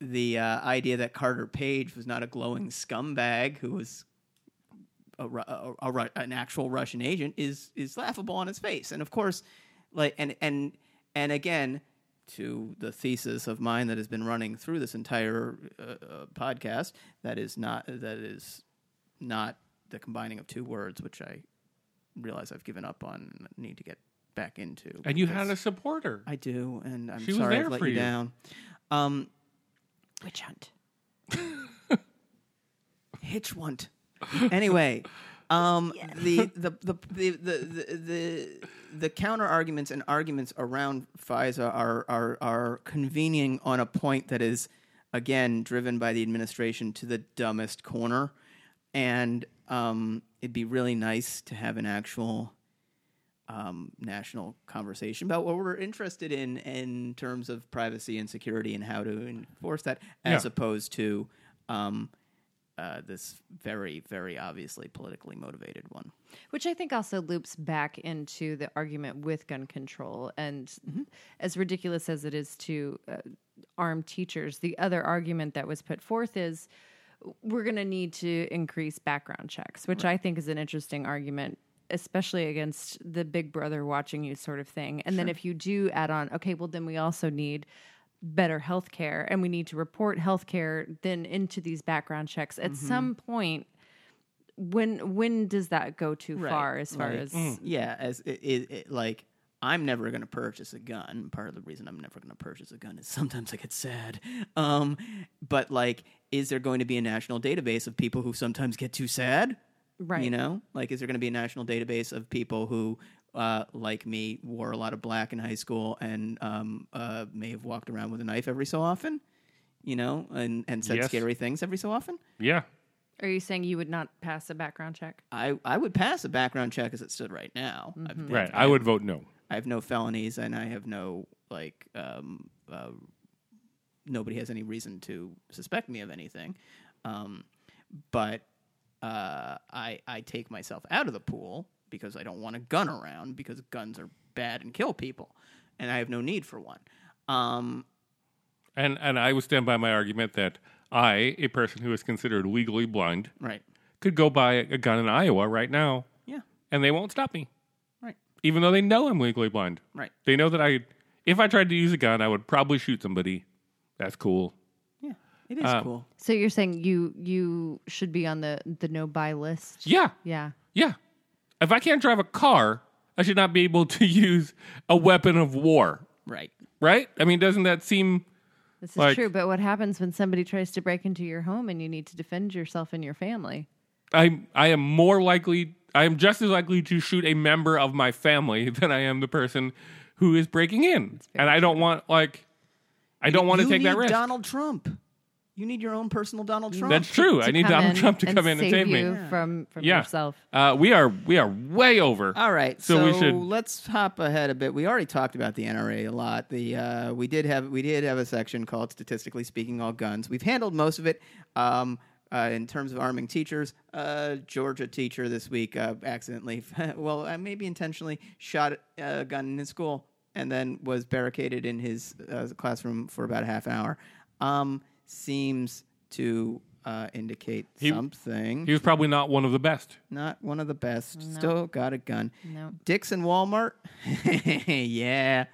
Speaker 2: The uh, idea that Carter Page was not a glowing scumbag who was a, Ru- a, a, Ru- an actual Russian agent is is laughable on its face. And of course, like and and and again to the thesis of mine that has been running through this entire uh, uh, podcast that is not that is not the combining of two words which I realize I've given up on and need to get back into.
Speaker 1: And you
Speaker 2: because
Speaker 1: had a supporter.
Speaker 2: I do and I'm
Speaker 1: She was
Speaker 2: sorry
Speaker 1: there
Speaker 2: I've let
Speaker 1: for
Speaker 2: you,
Speaker 1: you.
Speaker 2: down. Um
Speaker 3: Witch hunt.
Speaker 2: Hitch want. Anyway, um, the, the, the, the, the, the, the, the counter arguments and arguments around FISA are, are, are convening on a point that is, again, driven by the administration to the dumbest corner. And um, it'd be really nice to have an actual um, national conversation about what we're interested in in terms of privacy and security and how to enforce that, as
Speaker 1: Yeah.
Speaker 2: opposed to um, uh, this very, very obviously politically motivated one.
Speaker 3: Which I think also loops back into the argument with gun control. And as ridiculous as it is to uh, armed teachers. The other argument that was put forth is we're going to need to increase background checks, which I think is an interesting argument, especially against the big brother watching you sort of thing. And then if you do add on, okay, well, then we also need better health care and we need to report health care then into these background checks at some point when when does that go too far as far
Speaker 2: Like,
Speaker 3: as
Speaker 2: yeah, as it, it, it, like I'm never going to purchase a gun. Part of the reason I'm never going to purchase a gun is sometimes I get sad. Um, but like, is there going to be a national database of people who sometimes get too sad?
Speaker 3: right
Speaker 2: You know, like, is there going to be a national database of people who, uh, like me, wore a lot of black in high school and um, uh, may have walked around with a knife every so often? You know, and and said
Speaker 1: Yes.
Speaker 2: scary things every so often.
Speaker 1: Yeah.
Speaker 3: Are you saying you would not pass a background check?
Speaker 2: I, I would pass a background check as it stood right now. I've-
Speaker 1: Right. I would vote no.
Speaker 2: I have no felonies and I have no like um, uh, nobody has any reason to suspect me of anything. Um, but uh, I I take myself out of the pool because I don't want a gun around because guns are bad and kill people, and I have no need for one. Um,
Speaker 1: And and I would stand by my argument that I, a person who is considered legally blind,
Speaker 2: right?
Speaker 1: could go buy a gun in Iowa right now
Speaker 2: Yeah.
Speaker 1: and they won't stop me.
Speaker 2: Right.
Speaker 1: Even though they know I'm legally blind.
Speaker 2: Right.
Speaker 1: They know that I if I tried to use a gun, I would probably shoot somebody. That's cool.
Speaker 2: Yeah. It is
Speaker 1: Uh,
Speaker 2: cool.
Speaker 3: So you're saying you you should be on the the no buy list?
Speaker 1: Yeah.
Speaker 3: Yeah.
Speaker 1: Yeah. If I can't drive a car, I should not be able to [laughs] use a weapon of war.
Speaker 2: Right.
Speaker 1: Right? I mean, doesn't that seem
Speaker 3: This is
Speaker 1: Like-
Speaker 3: true, but what happens when somebody tries to break into your home and you need to defend yourself and your family?
Speaker 1: I I am more likely I am just as likely to shoot a member of my family [laughs] than I am the person who is breaking in. And I don't want like I don't want to
Speaker 2: You
Speaker 1: take that
Speaker 2: need
Speaker 1: risk.
Speaker 2: Donald Trump. You need your own personal Donald Trump.
Speaker 1: That's true. I need
Speaker 3: Come
Speaker 1: Donald
Speaker 3: in
Speaker 1: Trump to
Speaker 3: and
Speaker 1: come in and
Speaker 3: save
Speaker 1: save me.
Speaker 3: you from from
Speaker 1: Yeah.
Speaker 3: yourself.
Speaker 1: Uh, we are we are way over.
Speaker 2: All right, so,
Speaker 1: So we should-
Speaker 2: let's hop ahead a bit. We already talked about the NRA a lot. The uh, we did have we did have a section called "Statistically Speaking, All Guns." We've handled most of it um, uh, in terms of arming teachers. Uh, Georgia teacher this week uh, accidentally, [laughs] well, uh, maybe intentionally, shot uh, a gun in his school and then was barricaded in his uh, classroom for about half an hour. Um, seems to uh, indicate something.
Speaker 1: He was probably not one of the best.
Speaker 2: Not one of the best. Still got a gun.
Speaker 3: No.
Speaker 2: Dick's and Walmart. [laughs] yeah.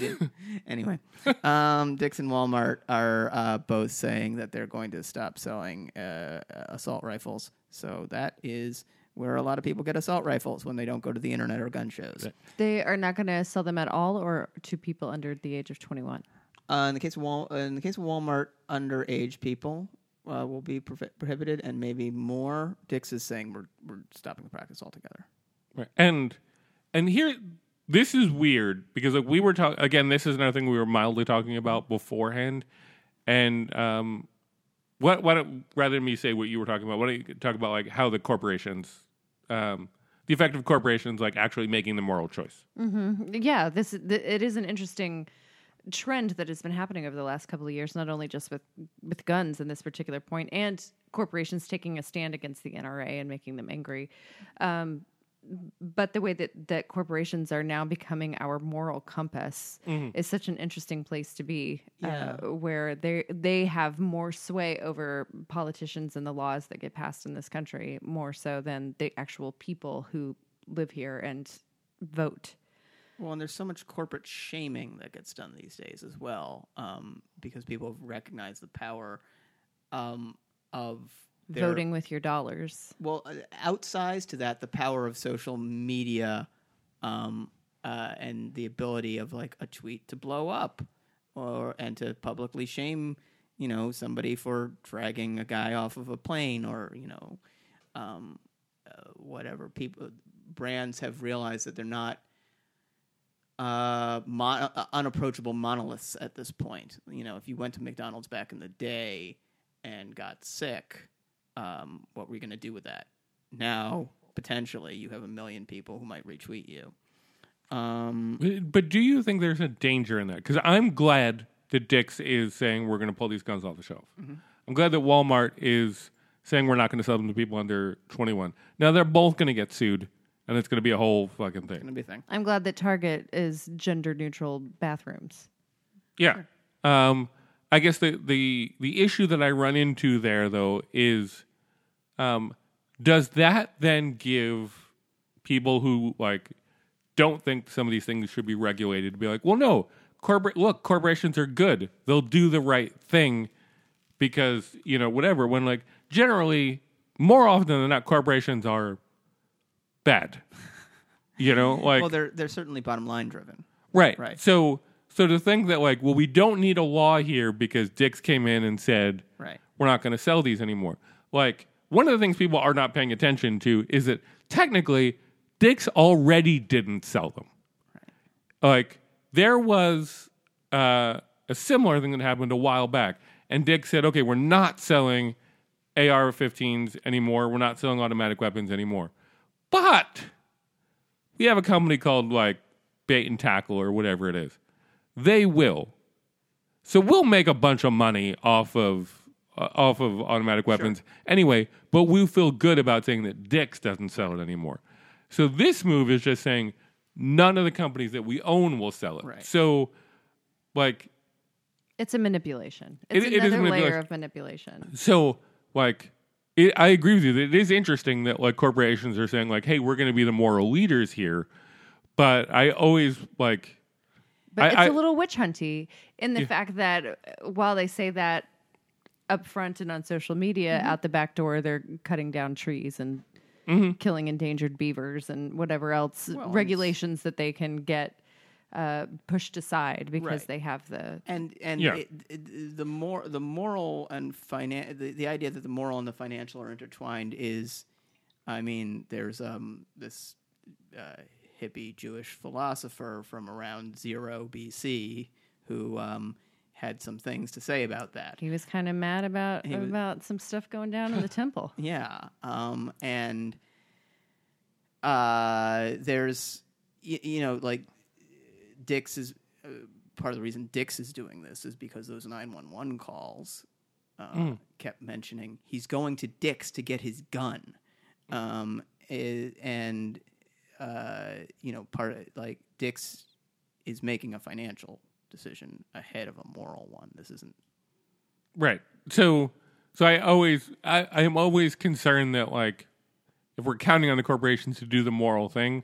Speaker 2: Di- [laughs] anyway, um, Dick's and Walmart are uh, both saying that they're going to stop selling uh, assault rifles. So that is where a lot of people get assault rifles when they don't go to the internet or gun shows.
Speaker 3: They are not going to sell them at all or to people under the age of 21.
Speaker 2: Uh, in the case of Wal- uh, in the case of Walmart, underage people uh, will be prohi- prohibited, and maybe more. Dick's is saying we're we're stopping the practice altogether.
Speaker 1: Right. And and here this is weird because like we were talking again. This is another thing we were mildly talking about beforehand. And um, what what rather than me say what you were talking about, why don't you talk about like how the corporations, um, the effect of corporations, like actually making the moral choice.
Speaker 3: yeah this th- it is an interesting trend that has been happening over the last couple of years not only just with with guns in this particular point and corporations taking a stand against the NRA and making them angry um but the way that that corporations are now becoming our moral compass is such an interesting place to be uh, where they they have more sway over politicians and the laws that get passed in this country more so than the actual people who live here and vote
Speaker 2: Well, and there's so much corporate shaming that gets done these days as well, um, because people have recognized the power um, of their,
Speaker 3: voting with your dollars.
Speaker 2: Well, uh, outsized to that, the power of social media um, uh, and the ability of like a tweet to blow up, or and to publicly shame, you know, somebody for dragging a guy off of a plane, or you know, um, uh, whatever. People, brands have realized that they're not uh, mon- uh, unapproachable monoliths at this point. You know, if you went to McDonald's back in the day and got sick, um, what were you going to do with that? Now, potentially, you have a million people who might retweet you. Um,
Speaker 1: But Mm, but do you think there's a danger in that? Because I'm glad that Dick's is saying we're going to pull these guns off the shelf. I'm glad that Walmart is saying we're not going to sell them to people under 21. Now they're both going to get sued, and it's going to be a whole fucking thing.
Speaker 2: gonna be a thing.
Speaker 3: I'm glad that Target is gender neutral bathrooms.
Speaker 1: Yeah. Um, I guess the the the issue that I run into there though is, um, does that then give people who like don't think some of these things should be regulated to be like, well, no, corporate look, corporations are good; they'll do the right thing because you know whatever. When like generally, more often than not, corporations are bad. You know, like
Speaker 2: well, they're they're certainly bottom line driven.
Speaker 1: Right.
Speaker 2: Right.
Speaker 1: So so to think that like, well, we don't need a law here because Dix came in and said
Speaker 2: Right.
Speaker 1: we're not going to sell these anymore. Like one of the things people are not paying attention to is that technically Dix already didn't sell them. Like there was uh, a similar thing that happened a while back, and Dix said, "Okay, we're not selling AR-15s anymore. We're not selling automatic weapons anymore." But we have a company called like bait and tackle or whatever it is they will so we'll make a bunch of money off of uh, off of automatic weapons anyway but we feel good about saying that dix doesn't sell it anymore so this move is just saying none of the companies that we own will sell it
Speaker 2: Right.
Speaker 1: so like
Speaker 3: It's a manipulation. It's
Speaker 1: It- it is
Speaker 3: another
Speaker 1: manipulation.
Speaker 3: layer of manipulation.
Speaker 1: so like it, i agree with you that it is interesting that like corporations are saying like hey we're going to be the moral leaders here but i always like
Speaker 3: But
Speaker 1: I-
Speaker 3: it's
Speaker 1: I-
Speaker 3: a little witch hunty in the fact that uh, while they say that up front and on social media,
Speaker 1: Mm-hmm.
Speaker 3: out the back door, they're cutting down trees and
Speaker 1: Mm-hmm.
Speaker 3: killing endangered beavers and whatever else
Speaker 2: and s-
Speaker 3: regulations that they can get uh, pushed aside because
Speaker 2: Right.
Speaker 3: they have the
Speaker 2: and and
Speaker 1: Yeah.
Speaker 2: it, it- the more the moral and finan- the, the idea that the moral and the financial are intertwined is i mean there's um this uh, hippie jewish philosopher from around 0 bc who um had some things to say about that
Speaker 3: He was kind of mad about
Speaker 2: was-
Speaker 3: about some stuff going down in the temple.
Speaker 2: Yeah. Um, and uh, there's, y- you know, like Dix is uh, part of the reason Dix is doing this is because those 911 calls uh, kept mentioning he's going to Dix to get his gun. Um, i- and, uh, you know, part of like Dix is making a financial decision ahead of a moral one. This isn't
Speaker 1: Right. So so I always I, I am always concerned that like if we're counting on the corporations to do the moral thing,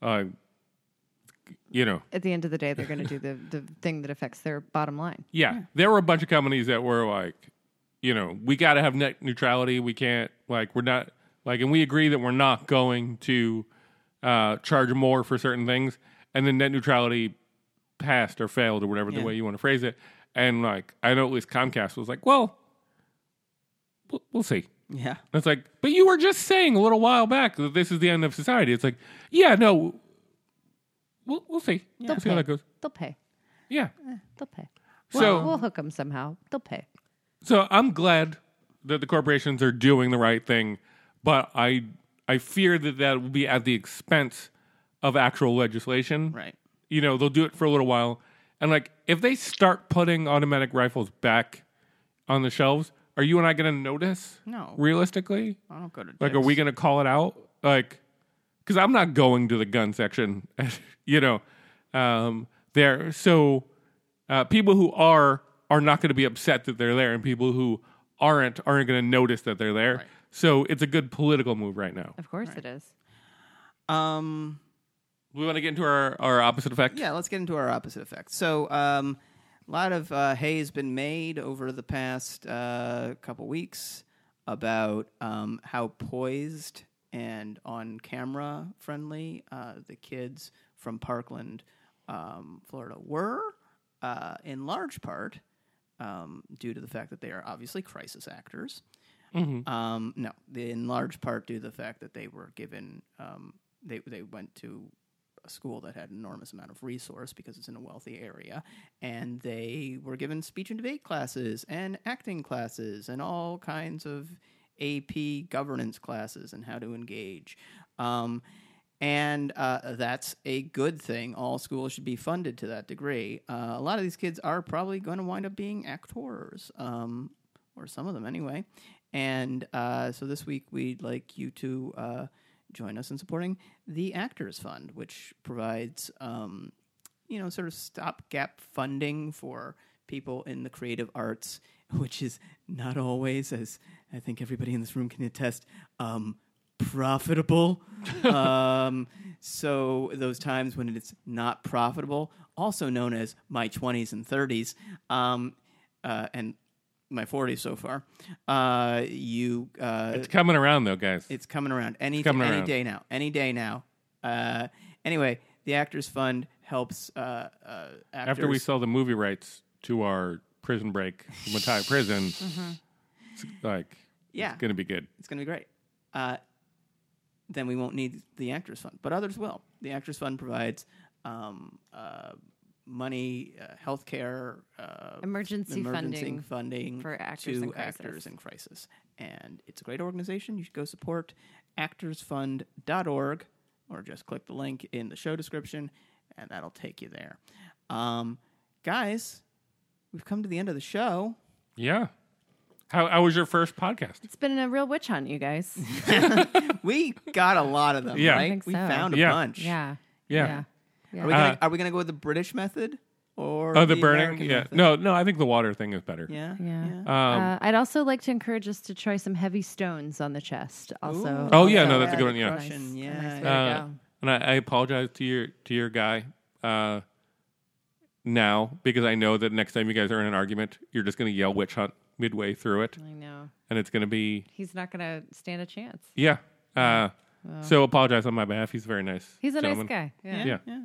Speaker 1: uh you know,
Speaker 3: At the end of the day, they're going to do the, the thing that affects their bottom line.
Speaker 1: yeah, there were a bunch of companies that were like, you know, we got to have net neutrality. We can't like we're not like, and we agree that we're not going to uh, charge more for certain things. And then net neutrality passed or failed or whatever the way you want to phrase it. And like, I know at least Comcast was like, well, we'll, we'll see.
Speaker 2: yeah.
Speaker 1: And it's like, but you were just saying a little while back that this is the end of society. It's like, yeah, no, we'll, we'll see. We'll see how that goes.
Speaker 3: They'll pay.
Speaker 1: Yeah.
Speaker 3: They'll pay.
Speaker 1: so
Speaker 3: we'll hook them somehow. They'll pay.
Speaker 1: so I'm glad that the corporations are doing the right thing, but I I fear that that will be at the expense of actual legislation.
Speaker 2: Right.
Speaker 1: You know, they'll do it for a little while, and like if they start putting automatic rifles back on the shelves, are you and I going to notice?
Speaker 2: No.
Speaker 1: Realistically,
Speaker 2: I don't go to
Speaker 1: like, are we going to call it out? Like, because I'm not going to the gun section, [laughs] you know, um, there. So uh, people who are are not going to be upset that they're there, and people who aren't aren't going to notice that they're there. So it's a good political move right now.
Speaker 3: Of course it is.
Speaker 2: Um,
Speaker 1: We want to get into our, our opposite effect.
Speaker 2: Yeah, let's get into our opposite effects. So, um, a lot of uh, hay has been made over the past uh, couple weeks about um, how poised and on camera friendly uh, the kids from Parkland, um, Florida were, uh, in large part um, due to the fact that they are obviously crisis actors.
Speaker 1: Mm-hmm.
Speaker 2: Um, no, in large part due to the fact that they were given, um, they they went to a school that had an enormous amount of resource because it's in a wealthy area, and they were given speech and debate classes and acting classes and all kinds of AP governance classes and how to engage. Um, and uh, that's a good thing. All schools should be funded to that degree. Uh, a lot of these kids are probably going to wind up being actors, um, or some of them anyway. And uh, so this week, we'd like you to uh, join us in supporting the Actors Fund, which provides, um, you know, sort of stopgap funding for people in the creative arts, [laughs] which is not always, as I think everybody in this room can attest, um, profitable. um, so those times when it's not profitable, also known as my 20s and 30s, um, uh, and my 40s so far, uh, you uh,
Speaker 1: It's coming around though, guys.
Speaker 2: it's coming around any
Speaker 1: coming
Speaker 2: any
Speaker 1: around.
Speaker 2: day now. Any day now. Uh, anyway, the Actors Fund helps uh, uh, actors.
Speaker 1: After we sell the movie rights to our prison break from Matai prison, it's like
Speaker 2: yeah,
Speaker 1: it's gonna be good.
Speaker 2: it's going to be great. Uh, then we won't need the Actors Fund, but others will. The Actors Fund provides um, uh, money, uh, health care, uh,
Speaker 3: Emergency funding
Speaker 2: funding
Speaker 3: for actors
Speaker 2: to
Speaker 3: in crisis.
Speaker 2: actors in crisis. And it's a great organization. You should go support actorsfund.org or just click the link in the show description and that'll take you there. Um, guys, we've come to the end of the show.
Speaker 1: Yeah. How how was your first podcast?
Speaker 3: It's been a real witch hunt, you guys.
Speaker 2: We got a lot of them,
Speaker 1: Yeah. I
Speaker 2: right?
Speaker 3: think
Speaker 2: We
Speaker 3: so.
Speaker 2: found a
Speaker 1: Yeah.
Speaker 2: bunch.
Speaker 3: yeah.
Speaker 1: Yeah.
Speaker 2: Are we, gonna, are we gonna go with the British method or
Speaker 1: Oh, the, burning.
Speaker 2: American
Speaker 1: yeah.
Speaker 2: method?
Speaker 1: No, no. I think the water thing is better.
Speaker 2: yeah,
Speaker 3: Yeah.
Speaker 2: yeah.
Speaker 1: Um,
Speaker 3: uh, I'd also like to encourage us to try some heavy stones on the chest. Also.
Speaker 2: Ooh. Oh,
Speaker 1: Oh, yeah,
Speaker 3: also
Speaker 1: no, that's a
Speaker 3: a
Speaker 1: good one, yeah.
Speaker 3: nice-
Speaker 2: Russian,
Speaker 3: a
Speaker 2: yeah,
Speaker 3: nice way to
Speaker 1: Uh,
Speaker 3: go.
Speaker 1: and I, I apologize to your to your guy uh, now because I know that next time you guys are in an argument, you're just going to yell witch hunt midway through it,
Speaker 3: I know.
Speaker 1: and it's going to be
Speaker 3: He's not going to stand a chance.
Speaker 1: yeah. Uh, So apologize on my behalf. He's a very nice.
Speaker 3: He's a
Speaker 1: gentleman.
Speaker 3: nice guy. Yeah.
Speaker 1: Yeah.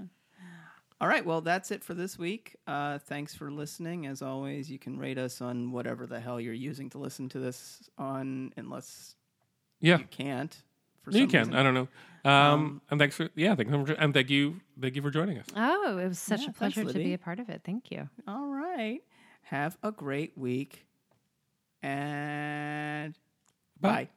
Speaker 2: All right, well that's it for this week. Uh, thanks for listening. As always, you can rate us on whatever the hell you're using to listen to this on, unless
Speaker 1: Yeah.
Speaker 2: you can't. For
Speaker 1: You
Speaker 2: some
Speaker 1: can.
Speaker 2: reason.
Speaker 1: I don't know. Um, and thanks for yeah. Thanks for, and thank you. Thank you for joining us.
Speaker 3: Oh, it was such
Speaker 2: Yeah,
Speaker 3: a
Speaker 2: thanks,
Speaker 3: pleasure to
Speaker 2: Libby.
Speaker 3: be a part of it. Thank you.
Speaker 2: All right, have a great week, and bye.